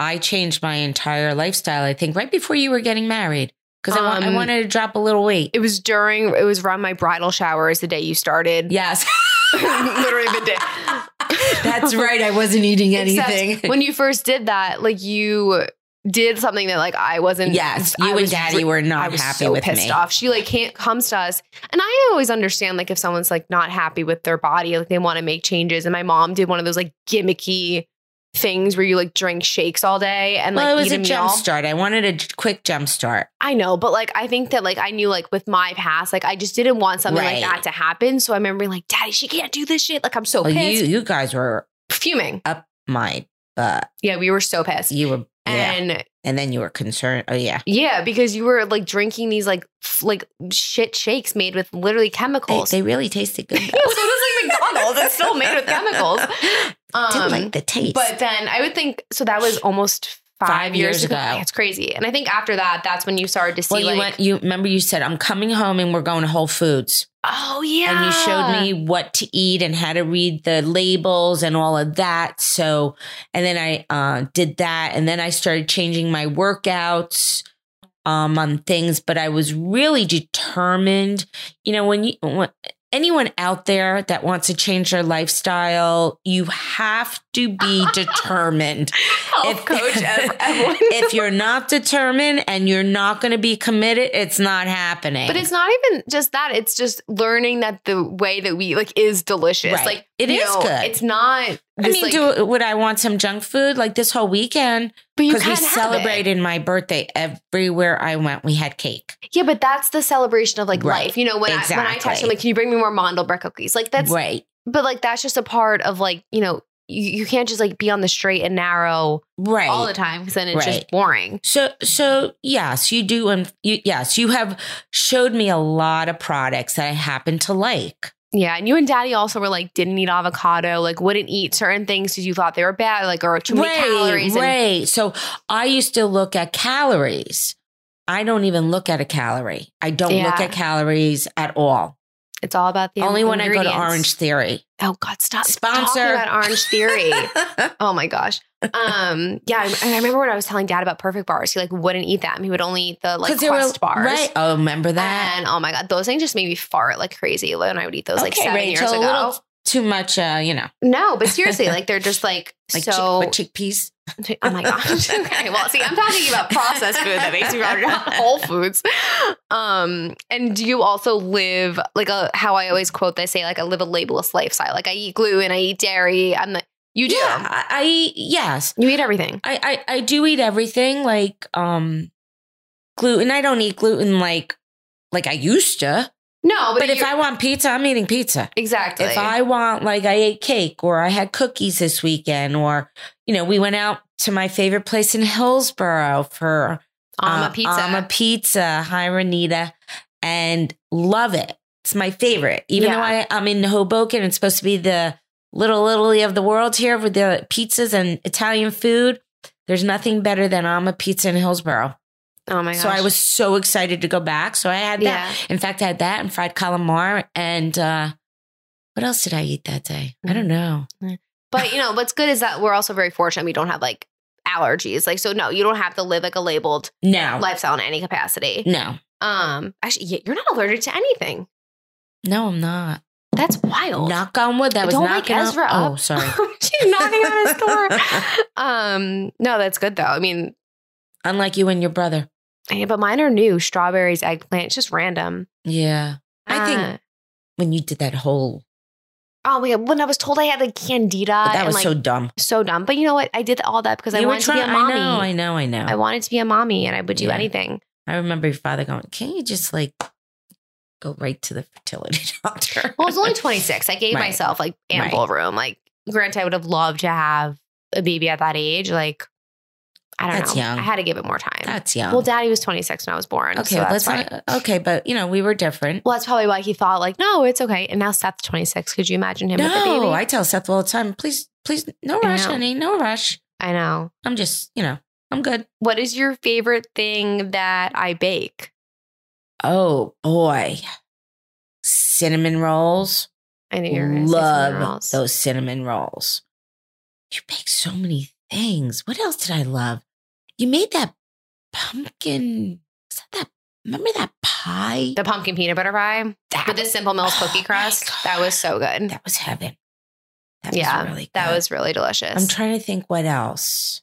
I changed my entire lifestyle, I think, right before you were getting married. Because I, wa- I Um, wanted to drop a little weight. it was during. It was around my bridal shower. Is the day you started? Yes. Literally the day. That's right. I wasn't eating Except anything. when you first did that, like you did something that like I wasn't. yes. You I and was daddy re- were not I was happy so with pissed me. off. She like can't comes to us, and I always understand like if someone's like not happy with their body, like they want to make changes. And my mom did one of those like gimmicky things where you like drink shakes all day and like well, it was eat a a, jump meal. start. I wanted a j- quick jump start. I know, but like I think that like I knew like with my past, like I just didn't want something Right. like that to happen. So I remember being like, Daddy, she can't do this shit. Like I'm so Well, you pissed, you guys were fuming. my butt. Yeah, we were so pissed. You were yeah. And And then you were concerned. Oh yeah. Yeah, because you were like drinking these like f- like shit shakes made with literally They, chemicals. they really tasted good. Yeah, so does like McDonald's. It's still made with chemicals. Didn't Um, like the taste. but then I would think so. That was almost five, Five years, years ago. ago. Yeah, It's crazy. And I think after that, that's when you started to see well, you like, went. You remember you said I'm coming home and we're going to Whole Foods, oh yeah, and you showed me what to eat and how to read the labels and all of that. So, and then I uh, did that, and then I started changing my workouts um, on things. But I was really determined. You know, when you when, anyone out there that wants to change their lifestyle, you have to be determined. health Oh, coach Ev- Evelyn. if you're not determined and you're not going to be committed, it's not happening. But it's not even just that. It's just learning that the way that we like is delicious. Right. Like It it is is good. It's not. I this, mean, like- do would I want some junk food like this whole weekend? but you Because we can have it. celebrated my birthday everywhere I went. We had cake. Yeah, but that's the celebration of like Right. life. You know, when I when I text Exactly. him, like, can you bring me more Mondelbert cookies? Like that's right, but like that's just a part of like, you know, you, you can't just like be on the straight and narrow right. all the time because then it's Right. just boring. So, so yes, you do, and you, yes, you have showed me a lot of products that I happen to like. Yeah. And you and daddy also were like, didn't eat avocado, like wouldn't eat certain things because you thought they were bad, like or too many calories. and- Right. So I used to look at calories. I don't even look at a calorie. I don't look Yeah. at calories at all. it's all about the Only when I go to ingredients. Orange Theory. Oh God, stop Sponsor. sponsor about Orange Theory. oh my gosh. Um, yeah, I, I remember when I was telling dad about perfect bars, he like wouldn't eat them. He would only eat the like 'Cause they were- crust bars. Right. Oh, remember that? And oh my god, those things just made me fart like crazy when I would eat those like Okay, seven Rachel, years a ago. little Too much, uh, you know, no, but seriously, like they're just like, like so. chick- what, chickpeas. oh my gosh. okay, well, see, I'm talking about processed food that makes me fart, not Whole Foods. Um, and do you also live like a how I always quote? They say like I live a labelless lifestyle. Like I eat gluten, I eat dairy. I'm the you do. Yeah, I, I yes, You eat everything. I, I I do eat everything like um gluten. I don't eat gluten like like I used to. No, but, But if you- I want pizza, I'm eating pizza. exactly If I want, like, I ate cake or I had cookies this weekend, or, you know, we went out to my favorite place in Hillsborough for I'm uh, a pizza. Ama Pizza. Hi, Renita. And love it. It's my favorite. Even though I, I'm in Hoboken, it's supposed to be the little Italy of the world here with the pizzas and Italian food. There's nothing better than Ama Pizza in Hillsborough. oh my gosh. So I was so excited to go back. So I had that. yeah. In fact, I had that and fried calamari. And uh, what else did I eat that day? I Mm. don't know. But you know, what's good is that we're also very fortunate we don't have like allergies. Like so no, you don't have to live like a labeled No, lifestyle in any capacity. no, Um actually yeah, you're not allergic to anything. no, I'm not. That's wild. Knock on wood. That was Don't not make gonna- Ezra Oh, up. sorry. She's knocking on his door. Um no, that's good though. I mean, Unlike you and your brother. yeah, but mine are new strawberries, eggplant, it's just random. Yeah, I think Uh, when you did that whole. Oh my god! When I was told I had like candida, but that Uh, and, was like, so dumb. so dumb. But you know what? I did all that because I You were wanted to be a trying- mommy. I know, I know, I know. I wanted to be a mommy, and I would do Yeah. anything. I remember your father going, "Can you just like go right to the fertility doctor?" Well, I was only 26. I gave Right. myself like ample room. Like, granted, I would have loved to have a baby at that age. Like, I don't That's know. young. I had to give it more time. That's young. well, Daddy was 26 when I was born. so okay, that's let's why- not, uh, okay, but you know we were different. Well, that's probably why he thought like, no, it's okay. And now Seth's 26. Could you imagine him with the baby? no, I tell Seth all the time, please, please, no rush, know. honey, no rush. I know. I'm just, you know, I'm good. What is your favorite thing that I bake? Oh boy, cinnamon rolls. I knew you were gonna say love something else. those cinnamon rolls. You bake so many things. What else did I love? You made that pumpkin. Is that that? Remember that pie? The pumpkin peanut butter pie That with the was- Simple Mills Oh cookie my crust. God. That was so good. That was heaven. That Yeah, was really good. That was really delicious. I'm trying to think what else.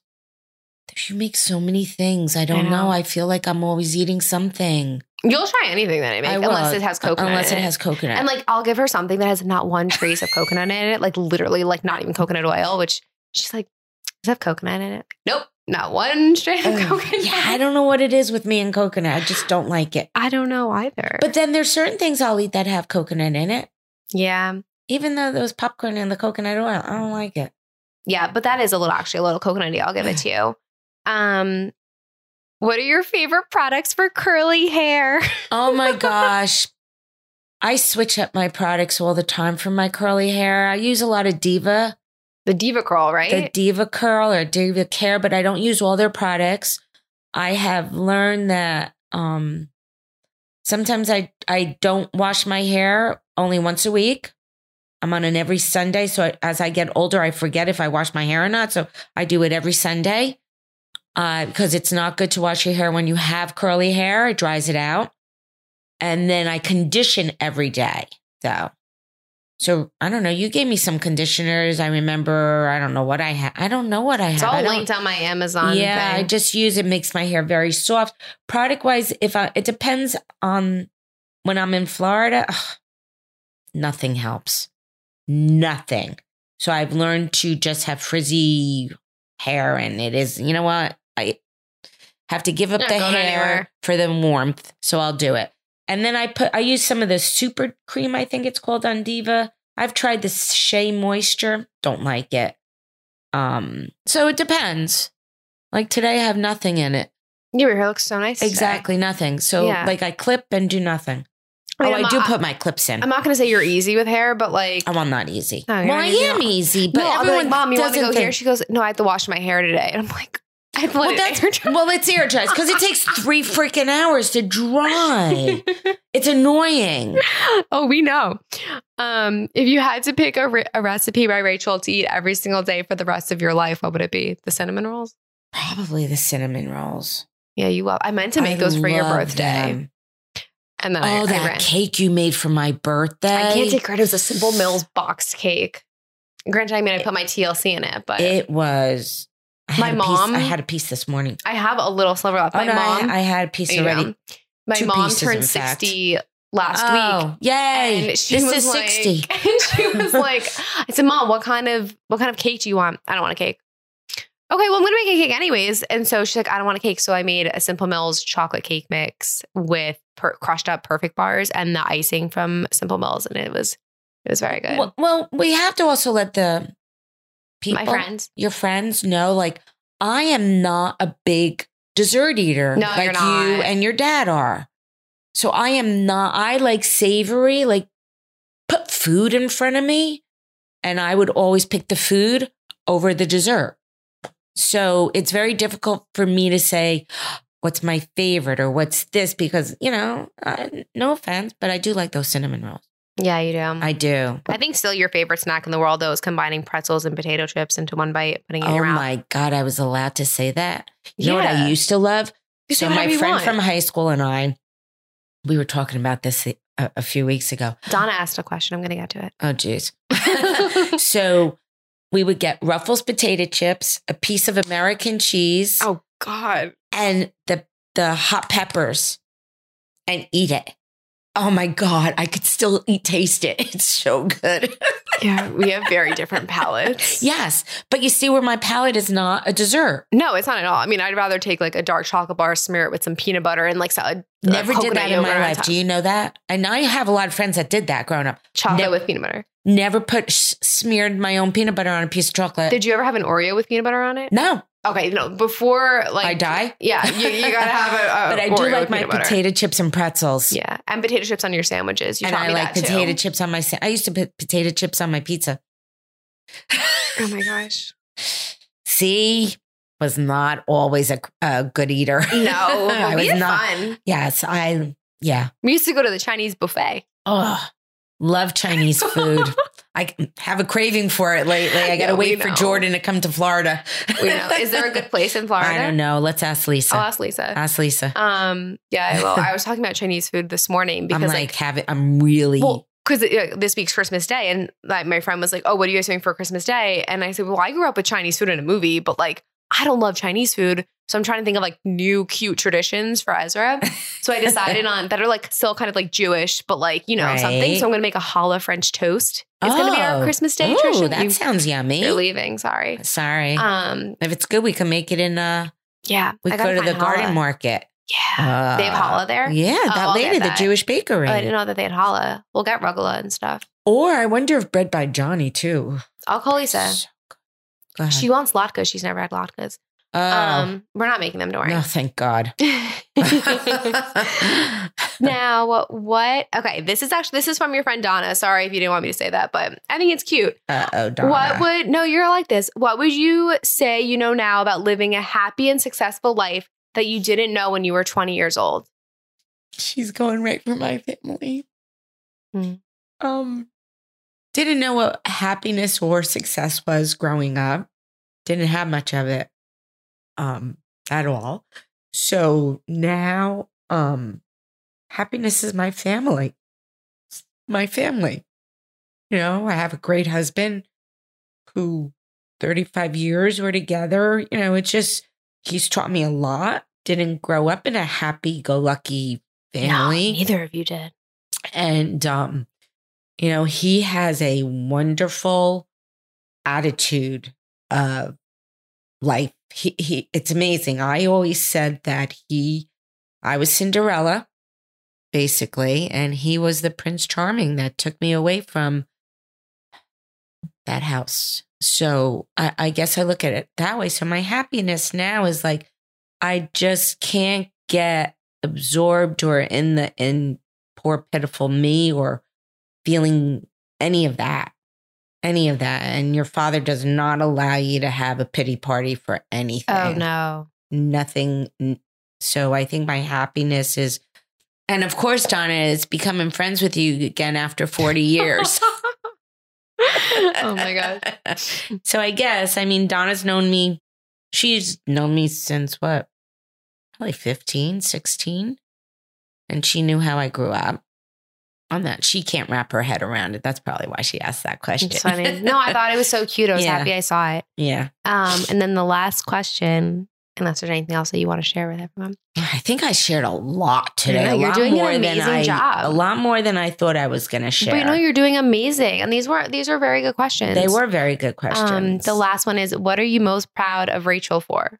You make so many things. I don't know. know. I feel like I'm always eating something. You'll try anything that I make I unless will. it has coconut. Unless in it has coconut. And like I'll give her something that has not one trace of coconut in it, like literally like not even coconut oil, which she's like, does that have coconut in it? Nope, not one strand of Ugh. coconut. Oh, yeah, I don't know what it is with me and coconut. I just don't like it. I don't know either. But then there's certain things I'll eat that have coconut in it. yeah. Even though there was popcorn and the coconut oil, I don't like it. Yeah, but that is a little actually a little coconutty. I'll give it to you. Um what are your favorite products for curly hair? Oh my gosh. I switch up my products all the time for my curly hair. I use a lot of Diva, The Diva Curl, the right? Diva Curl or Diva Care, but I don't use all their products. I have learned that um, sometimes I, I don't wash my hair only once a week. I'm on an every Sunday. So I- as I get older, I forget if I wash my hair or not. So I do it every Sunday uh, because it's not good to wash your hair when you have curly hair. It dries it out. And then I condition every day. So, so I don't know. You gave me some conditioners. I remember. I don't know what I had. I don't know what I it's have. I all don't- linked on my Amazon. yeah, I thing. just use it. Makes my hair very soft. Product wise, if I, it depends on when I'm in Florida. ugh, nothing helps. Nothing. So I've learned to just have frizzy hair, and it is. You know what? I have to give up Not the going hair anywhere. for the warmth. So I'll do it. And then I put. I use some of the super cream. I think it's called on Diva. I've tried the Shea Moisture. Don't like it. Um, so it depends. Like today, I have nothing in it. your hair looks so nice. today. Exactly nothing. So Yeah. like I clip and do nothing. I mean, oh, I'm I do not- put my clips in. I'm not gonna say you're easy with hair, but like oh, I'm not easy. No, you're well, not I easy at am all. easy, but no, I'll be everyone like, Mom, you want to doesn't go here? think- She goes, No, I have to wash my hair today. And I'm like, I have Well, let that's- it air dry. well, it's air dries because it takes three freaking hours to dry. it's annoying. oh, we know. Um, if you had to pick a, re- a recipe by Rachel to eat every single day for the rest of your life, what would it be? The cinnamon rolls? Probably the cinnamon rolls. Yeah, you love. I meant to make I those for your love birthday, them. and then I, Oh, I that ran. cake you made for my birthday. I can't take credit. It was a Simple Mills box cake. Granted, I mean, I put my TLC in it, but It was. I had My a piece- mom- I had a piece this morning. I have a little sliver left. My oh, no, I- mom, I, had a piece There you already. go. my Two mom pieces, in turned fact. sixty last week. oh, Yay. And she this was is like, 60. And she was like, I said, Mom, what kind of what kind of cake do you want? I don't want a cake. Okay, well, I'm gonna make a cake anyways. And so she's like, I don't want a cake. So I made a Simple Mills chocolate cake mix with per- crushed up perfect bars and the icing from Simple Mills, and it was it was very good. Well, well, we have to also let the people, My friends, your friends know, like, I am not a big dessert eater No, like you're not. you and your dad are. So I am not, I like savory, like, put food in front of me, and I would always pick the food over the dessert. So it's very difficult for me to say, what's my favorite or what's this because you know uh, no offense but i do like those cinnamon rolls yeah, you do. i do I think still your favorite snack in the world though is combining pretzels and potato chips into one bite, putting it in oh your mouth. my god i was allowed to say that you know what i Yeah. used to love You so say my whatever you friend want. from high school and i we were talking about this a, a few weeks ago Donna asked a question. I'm gonna get to oh jeez it. so we would get ruffles potato chips a piece of american cheese oh God. and the the hot peppers and eat it oh my God, I could still eat, taste it. It's so good. yeah, we have very different palates. yes. But you see where my palate is not a dessert. No, it's not at all. I mean, I'd rather take like a dark chocolate bar, smear it with some peanut butter and like salad. Never like, did coconut that in yogurt my on life. top. Do you know that? And I have a lot of friends that did that growing up. Chocolate Never- with peanut butter. Never put s- smeared my own peanut butter on a piece of chocolate. Did you ever have an Oreo with peanut butter on it? no, Okay, no. Before like I die. Yeah, you, you gotta have a, a but I Oreo do with like my peanut butter. potato chips and pretzels. Yeah, and potato chips on your sandwiches. You and taught I me like that potato too. chips on my. Sa- I used to put potato chips on my pizza. Oh my gosh. See, was not always a, a good eater. No, I but we was had not. fun. Yes, I. Yeah. We used to go to the Chinese buffet. Oh, love Chinese food. I have a craving for it lately. I Yeah, got to we wait for know. Jordan to come to Florida. We know. Is there a good place in Florida? I don't know. Let's ask Lisa. I'll ask Lisa. ask Lisa. Um, yeah, well, I was talking about Chinese food this morning I'm because like, like, have it. I'm really. well, because uh, this week's Christmas Day, and like my friend was like, "Oh, what are you guys doing for Christmas Day?" And I said, "Well, I grew up with Chinese food in a movie, but like, I don't love Chinese food, so I'm trying to think of like new cute traditions for Ezra." So I decided on that are like still kind of like Jewish, but like you know something. Right. So I'm gonna make a challah French toast. It's gonna be our Oh. Christmas Day Oh, tradition. that You- sounds yummy. You're leaving. Sorry. Sorry. Um. if it's good, we can make it in. Uh, Yeah. we I go gotta to the find challah. garden market. Yeah. they have Uh, challah there. Yeah, that I'll get lady, that. the Jewish bakery. Oh, I didn't know that they had challah. We'll get rugula and stuff. Or I wonder if bread by Johnny too. I'll call Lisa. So good. Go ahead. She wants latkes. She's never had latkes. oh, Um, we're not making them. Don't worry. no, thank God. now, what? Okay, this is actually this is from your friend Donna. Sorry if you didn't want me to say that, but I think it's cute. uh oh, What would no, you're like this. What would you say you know now about living a happy and successful life that you didn't know when you were 20 years old? She's going right for my family. Hmm. Um, didn't know what happiness or success was growing up. Didn't have much of it, um, at all. So now, um, happiness is my family. My family. You know, I have a great husband who 35 years we're together. You know, it's just, he's taught me a lot. Didn't grow up in a happy go lucky family neither of you did. and um you know he has a wonderful attitude of life he, he it's amazing i always said that he i was cinderella basically and he was the prince charming that took me away from that house so i, I guess i look at it that way so my happiness now is like i just can't get absorbed or in the in poor pitiful me or feeling any of that any of that and your father does not allow you to have a pity party for anything Oh no. nothing n- so i think my happiness is and of course donna is becoming friends with you again after 40 years oh my god. gosh so i guess i mean donna's known me she's known me since what probably 15 16 and she knew how i grew up on that she can't wrap her head around it that's probably why she asked that question It's funny. No, I thought it was so cute. I was Yeah. happy I saw it. yeah Um, and then the last question, unless there's anything else that you want to share with everyone. I think I shared a lot today. Yeah, a you're lot doing an more than amazing I, job. A lot more than I thought I was going to share. But you know, you're doing amazing. And these were these were very good questions. they were very good questions. Um, the last one is what are you most proud of Rachel for?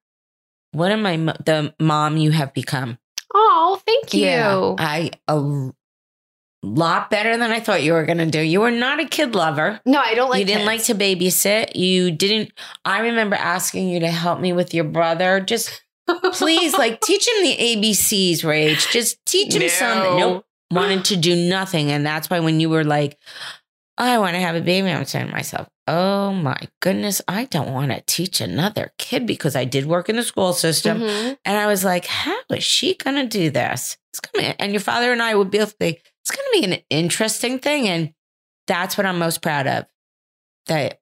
what am I? mo- The mom you have become. Oh, thank you. I a lot better than I thought you were going to do. You were not a kid lover. no, I don't like you didn't kids. like to babysit. You didn't. I remember asking you to help me with your brother. Just please, like, teach him the ABCs, Rach. Just teach him something. Nope. wanted to do nothing. And that's why when you were like, I want to have a baby, I'm saying to myself, oh my goodness, I don't want to teach another kid because I did work in the school system. Mhm. And I was like, how is she going to do this? It's going to, and your father and I would both be, it's going to be an interesting thing. And that's what I'm most proud of that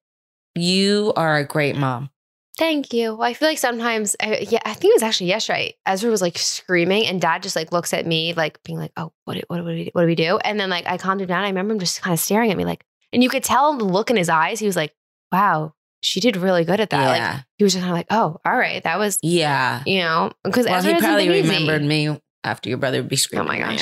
you are a great mom. Thank you. Well, I feel like sometimes, I, yeah, I think it was actually yesterday. Ezra was like screaming, and Dad just like looks at me, like being like, "Oh, what, do- what, do we, what do we do?" And then like I calmed him down. I remember him just kind of staring at me, like, and you could tell the look in his eyes. He was like, "Wow, she did really good at that." Like yeah. he was just kind of like, "Oh, all right, that was yeah. you know," because Well, Ezra he doesn't probably think easy. remembered me after your brother would be Oh screaming. my gosh.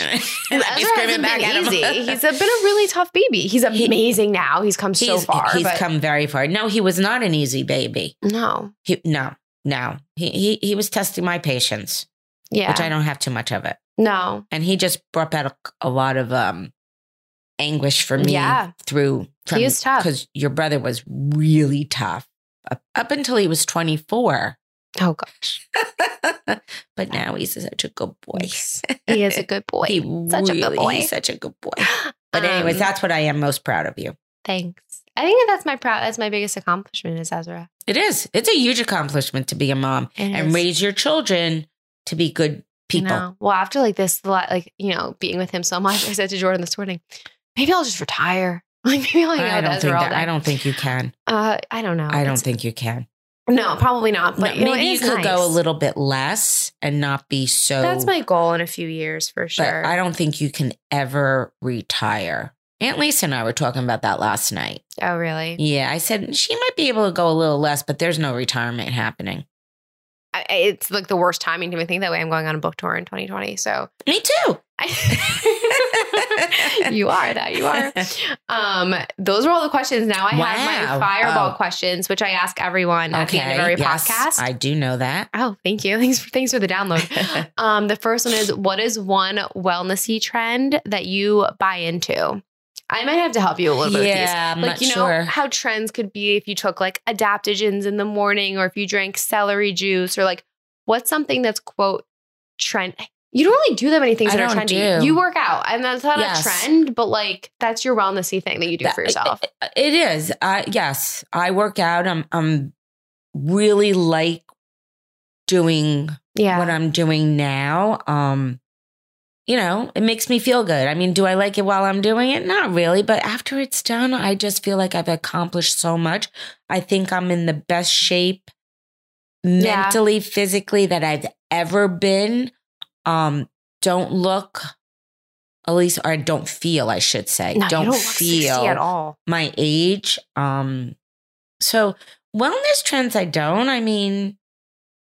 and Ezra I'd be hasn't screaming back been at easy. him. He's a, been a really tough baby. He's amazing now. He's come so He's- far. He's but come very far. No, he was not an easy baby. No. He, no, no. He, he, he was testing my patience, Yeah. which I don't have too much of it. no. And he just brought out a, a lot of um, anguish for me Yeah. through. He was tough. Because your brother was really tough up, up until he was 24. Oh God. but now he's such a good boy. He is a good boy. He Such a good really- boy. He's such a good boy. But anyways, Um, that's what I am most proud of you. thanks. I think that that's my proud. That's my biggest accomplishment is Ezra. It is. It's a huge accomplishment to be a mom It and is. raise your children to be good I people. know. Well, after like this, li- like you know, being with him so much, I said to Jordan this morning, maybe I'll just retire. Like maybe I'll hang I out with don't Ezra think all that, day. I don't think you can. Uh, I don't know. I don't It's- think you can. No, probably not. But No, you know, maybe it you is could nice. go a little bit less and not be so. That's my goal in a few years for But sure. I don't think you can ever retire. Aunt Lisa and I were talking about that last night. oh, really? Yeah, I said she might be able to go a little less, but there's no retirement happening. I, I- it's like the worst timing to even think that way. I'm going on a book tour in 2020, so Me too. I- you are that you are. Um, those were all the questions. Now I have my Wow. fireball Oh. questions, which I ask everyone at the end of every yes, podcast. I do know that. oh, thank you. Thanks for thanks for the download. Um, the first one is what is one wellnessy trend that you buy into? I might have to help you a little bit with these. yeah, I'm Like not you know sure. how trends could be if you took like adaptogens in the morning or if you drank celery juice or like what's something that's quote trend. You don't really do that many things I that are don't trendy. do. You work out and that's not Yes. a trend, but like that's your wellnessy thing that you do That- for yourself. It is. I yes, I work out. I'm I'm really like doing Yeah. what I'm doing now. Um, you know, it makes me feel good. I mean, do I like it while I'm doing it? Not really, but after it's done, I just feel like I've accomplished so much. I think I'm in the best shape Yeah. mentally, physically that I've ever been. Um, don't look at least or I don't feel, I should say. No, you don't, look 60 feel at all. my age. Um, so wellness trends, I don't. I mean,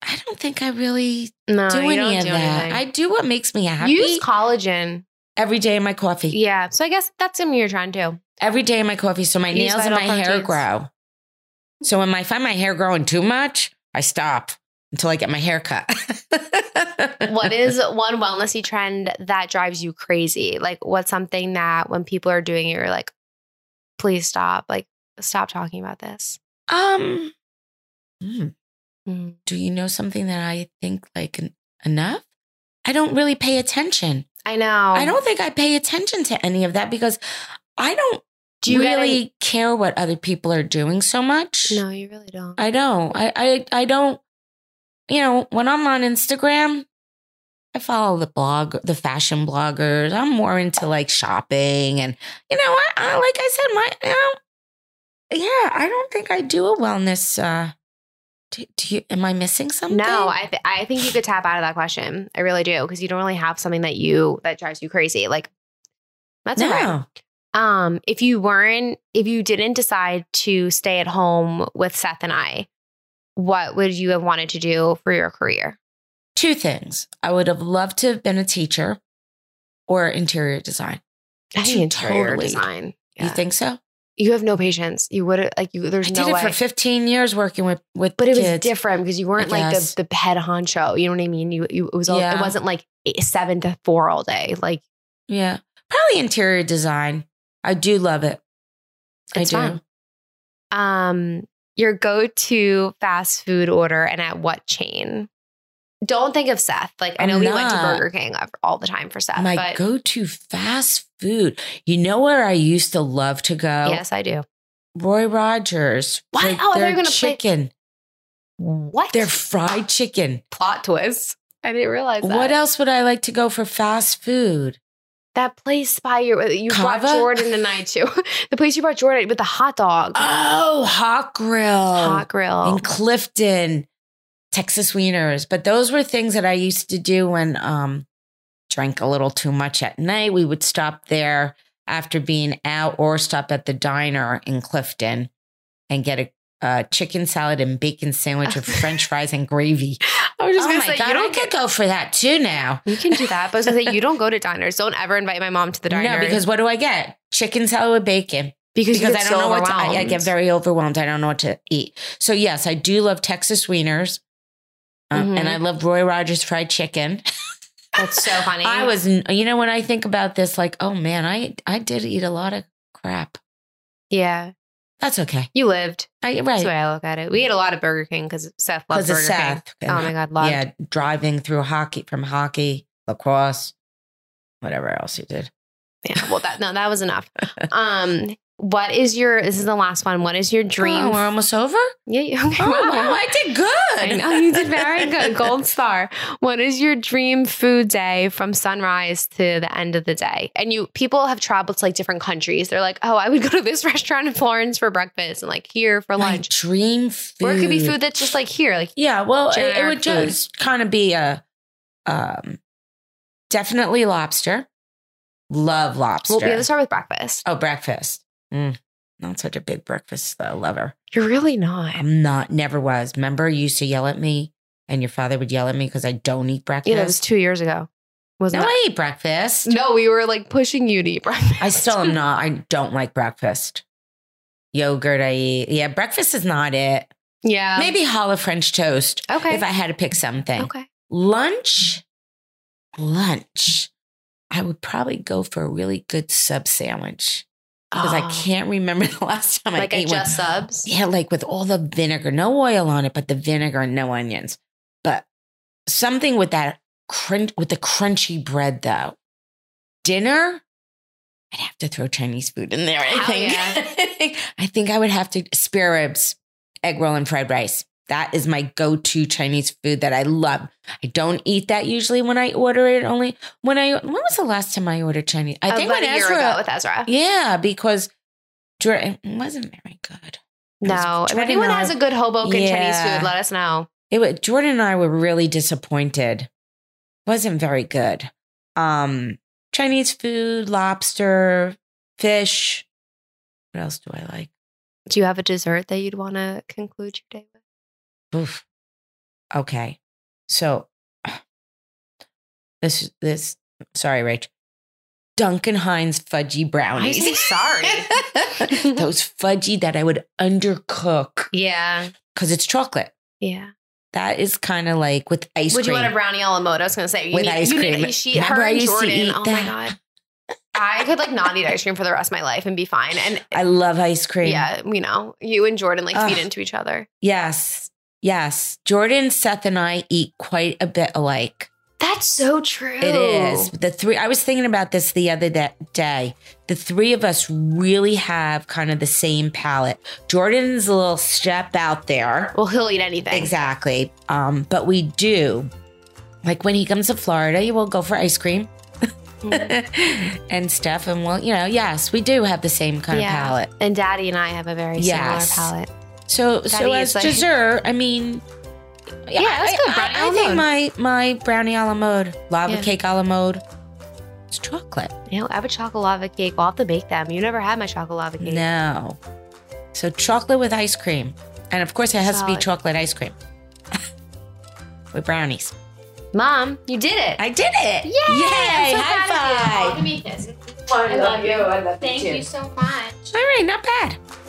I don't think I really No, do you any don't of do that. anything. I do what makes me happy Use collagen. every day in my coffee. Yeah. So I guess that's something you're trying to. Every day in my coffee. So my Use nails and my vital hair proteins. grow. So when I find my hair growing too much, I stop until I get my hair cut. What is one wellnessy trend that drives you crazy? Like what's something that when people are doing it, you're like, please stop. Like stop talking about this. Um hmm, Hmm. do you know something that I think like en- enough? I don't really pay attention. I know. I don't think I pay attention to any of that because I don't Do you get really any- care what other people are doing so much. No, you really don't. I don't. I, I I don't. You know, when I'm on Instagram, I follow the blog, the fashion bloggers. I'm more into like shopping, and you know, I, I like I said, my you know, yeah, I don't think I do a wellness. uh do, do you? Am I missing something? No, I th- I think you could tap out of that question. I really do because you don't really have something that you that drives you crazy. Like that's no. all right. Um, if you weren't, if you didn't decide to stay at home with Seth and I, what would you have wanted to do for your career? Two things. I would have loved to have been a teacher or interior design. I think interior Totally. design. You Yeah. think so? you have no patience. You would like you. There's I no did it way. for 15 years working with with but it was kids. different because you weren't like guess. the, the head honcho. You know what I mean? You, you it was all, it Yeah. wasn't like eight, seven to four all day. Like Yeah. Probably interior design. I do love it. It's I fun. do. um your go-to fast food order and at what chain? Don't think of Seth. Like I know I'm we went to not. Burger King all the time for Seth, My Uh, but go to fast food. You know where I used to love to go? yes, I do. Roy Rogers. What? for Oh, I thought you their were gonna play- chicken. What? Their fried chicken. plot twist. I didn't realize that. What else would I like to go for fast food? That place by your you brought Kava? Jordan and I to the place you brought Jordan with the hot dog, Oh, Hot Grill. hot grill. in Clifton, Texas Wieners. But those were things that I used to do when um drank a little too much at night. We would stop there after being out or stop at the diner in Clifton and get a, uh, chicken salad and bacon sandwich with French fries and gravy. I was oh my god, I could go for that too now. You can do that, but I was gonna say you don't go to diners. Don't ever invite my mom to the diner No, because what do I get? Chicken salad with bacon. because, you because I get so don't know what to, I, I overwhelmed. get very overwhelmed. I don't know what to eat. So yes, I do love Texas wieners, um, Mhm. and I love Roy Rogers fried chicken. That's so funny. I was, you know, when I think about this, like, oh man, I I did eat a lot of crap. yeah. That's okay. You lived. I That's the way right I look at it. We ate a lot of Burger King because Seth loved because Burger it's Seth. King. Oh my god, loved. yeah, driving through hockey from hockey lacrosse, whatever else you did. Oh, Yeah, well, that no, that was enough. Um, what is your? This is the last one. What is your dream? Oh, we're almost over. yeah, you- okay, Oh, wow. I did good. I know, you did very good. Gold star. What is your dream food day from sunrise to the end of the day? And you people have traveled to like different countries. They're like, oh, I would go to this restaurant in Florence for breakfast and like here for My lunch. dream food. Or it could be food that's just like here. Like Yeah, well, it- it, Generic would food. just kind of be a um definitely lobster. Love lobster. well, we have to start with breakfast. oh, breakfast. Mm, not such a big breakfast though, lover. You're really not. I'm not never was. Remember you used to yell at me and your father would yell at me because I don't eat breakfast. Yeah, that was two years ago. no, Wasn't it? Mm. I eat breakfast. No, we were like pushing you to eat breakfast. I still am not. I don't like breakfast. Yogurt I eat. Yeah, breakfast is not it. Yeah. Maybe hollow French toast Um, Okay. if I had to pick something. okay. lunch lunch i would probably go for a really good sub sandwich because i Oh. can't remember the last time Like i at ate Just one Subs. yeah like with all the vinegar no oil on it but the vinegar and no onions but something with that crunch with the crunchy bread though dinner i'd have to throw chinese food in there i Hell think i think i would have to spare ribs egg roll and fried rice that is my go-to chinese food that i love I don't eat that usually when I order it. Only when I when was the last time I ordered Chinese? I think About when a year Ezra. ago with Ezra. yeah, because dur- it wasn't very good. No, It's if anyone $29. has a good Hoboken Chinese Yeah. food, let us know. It wa- Jordan and I were really disappointed. Wasn't very good. Um, Chinese food, lobster, fish. What else do I like? Do you have a dessert that you'd want to conclude your day with? Oof. Okay. So this this sorry, Rach. Duncan Hines fudgy brownies. I'm sorry. Those fudgy that I would undercook Yeah, because it's chocolate. yeah. That is kind of like with ice Would you cream. want a brownie a la mode? I was gonna say you With need, ice you cream. Need, she, Remember her I and used to Jordan. eat oh that? my god, I could like not eat ice cream for the rest of my life and be fine. And I love ice cream. yeah, you know, you and Jordan like feed Ugh. into each other. Yes. Yes. Jordan, Seth, and I eat quite a bit alike. That's so true. It is. The three I was thinking about this the other da- day. The three of us really have kind of the same palate. Jordan's a little step out there. Well, he'll eat anything. Exactly. Um, but we do. Like when he comes to Florida, he will go for ice cream and stuff. And we'll, you know, yes, we do have the same kind Yeah. of palate. And Daddy and I have a very Yes. similar palate. So, so is as like- dessert, I mean, yeah, that's I, good. I- Brownie I a la think mode. my my brownie a la mode, lava Yeah. cake a la mode, it's chocolate. You know, I have a chocolate lava cake. We'll have to bake them. You never had my chocolate lava cake. No, so chocolate with ice cream, and of course it has to be Solid. chocolate ice cream with brownies. Mom, you did it. I did it! Yay! I'm so proud of you. High five! Give me a kiss. I love you. I love Thank you so much. All right, not bad.